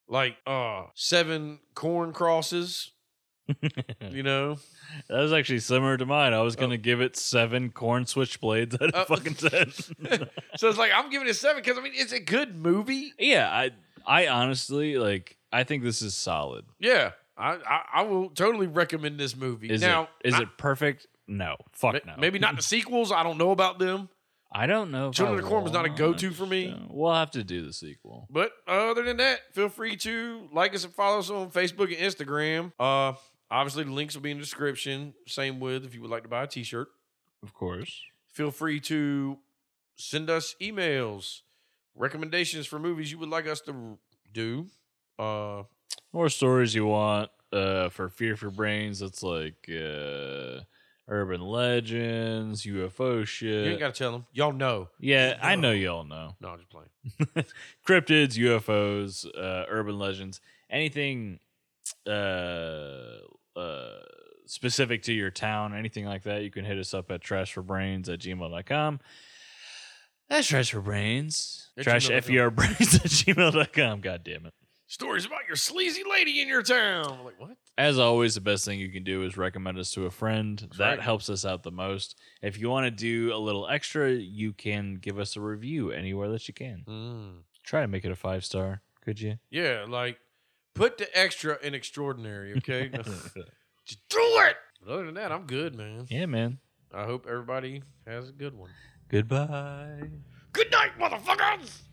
Speaker 2: like uh seven corn crosses. you know,
Speaker 3: That was actually similar to mine. I was
Speaker 2: gonna
Speaker 3: gonna give it seven corn switchblades out of
Speaker 2: Oh.
Speaker 3: fucking
Speaker 2: fucking
Speaker 3: ten.
Speaker 2: so it's like I'm giving it seven because I mean, it's a good movie.
Speaker 3: yeah, I, I honestly like. I think this is solid.
Speaker 2: Yeah, I I, I will totally recommend this movie.
Speaker 3: Is
Speaker 2: now,
Speaker 3: it? Is
Speaker 2: I-
Speaker 3: it perfect? no, fuck
Speaker 2: Ma-
Speaker 3: no.
Speaker 2: Maybe not the sequels. I don't know about them.
Speaker 3: I don't know. if
Speaker 2: Children
Speaker 3: I
Speaker 2: of the Corn was not a
Speaker 3: want
Speaker 2: go-to for me.
Speaker 3: to. We'll have to do the sequel.
Speaker 2: But other than that, feel free to like us and follow us on Facebook and Instagram. Uh, obviously the links will be in the description. Same with if you would like to buy a T-shirt.
Speaker 3: Of course.
Speaker 2: Feel free to send us emails, recommendations for movies you would like us to do. Uh,
Speaker 3: More stories you want uh, for Fear for Brains. That's like uh, urban legends, UFO shit.
Speaker 2: you ain't got to tell them. Y'all know.
Speaker 3: yeah, I know you all know.
Speaker 2: No, I'm just playing.
Speaker 3: Cryptids, UFOs, uh, urban legends, anything uh, uh, specific to your town, anything like that, you can hit us up at trashforbrains at gmail.com. That's trash for brains.
Speaker 2: At
Speaker 3: Trash
Speaker 2: gmail.com.
Speaker 3: FER brains at gmail.com. God damn it.
Speaker 2: Stories about your sleazy lady in your town. I'm like what?
Speaker 3: As always, the best thing you can do is recommend us to a friend. that
Speaker 2: right.
Speaker 3: helps us out the most. If you want to do a little extra, you can give us a review anywhere that you can.
Speaker 2: Mm.
Speaker 3: Try to make it a five star, could you?
Speaker 2: Yeah, like put the extra in extraordinary. Okay, just do it. But other than that, I'm good, man.
Speaker 3: yeah, man.
Speaker 2: I hope everybody has a good one.
Speaker 3: Goodbye.
Speaker 2: Good night, motherfuckers!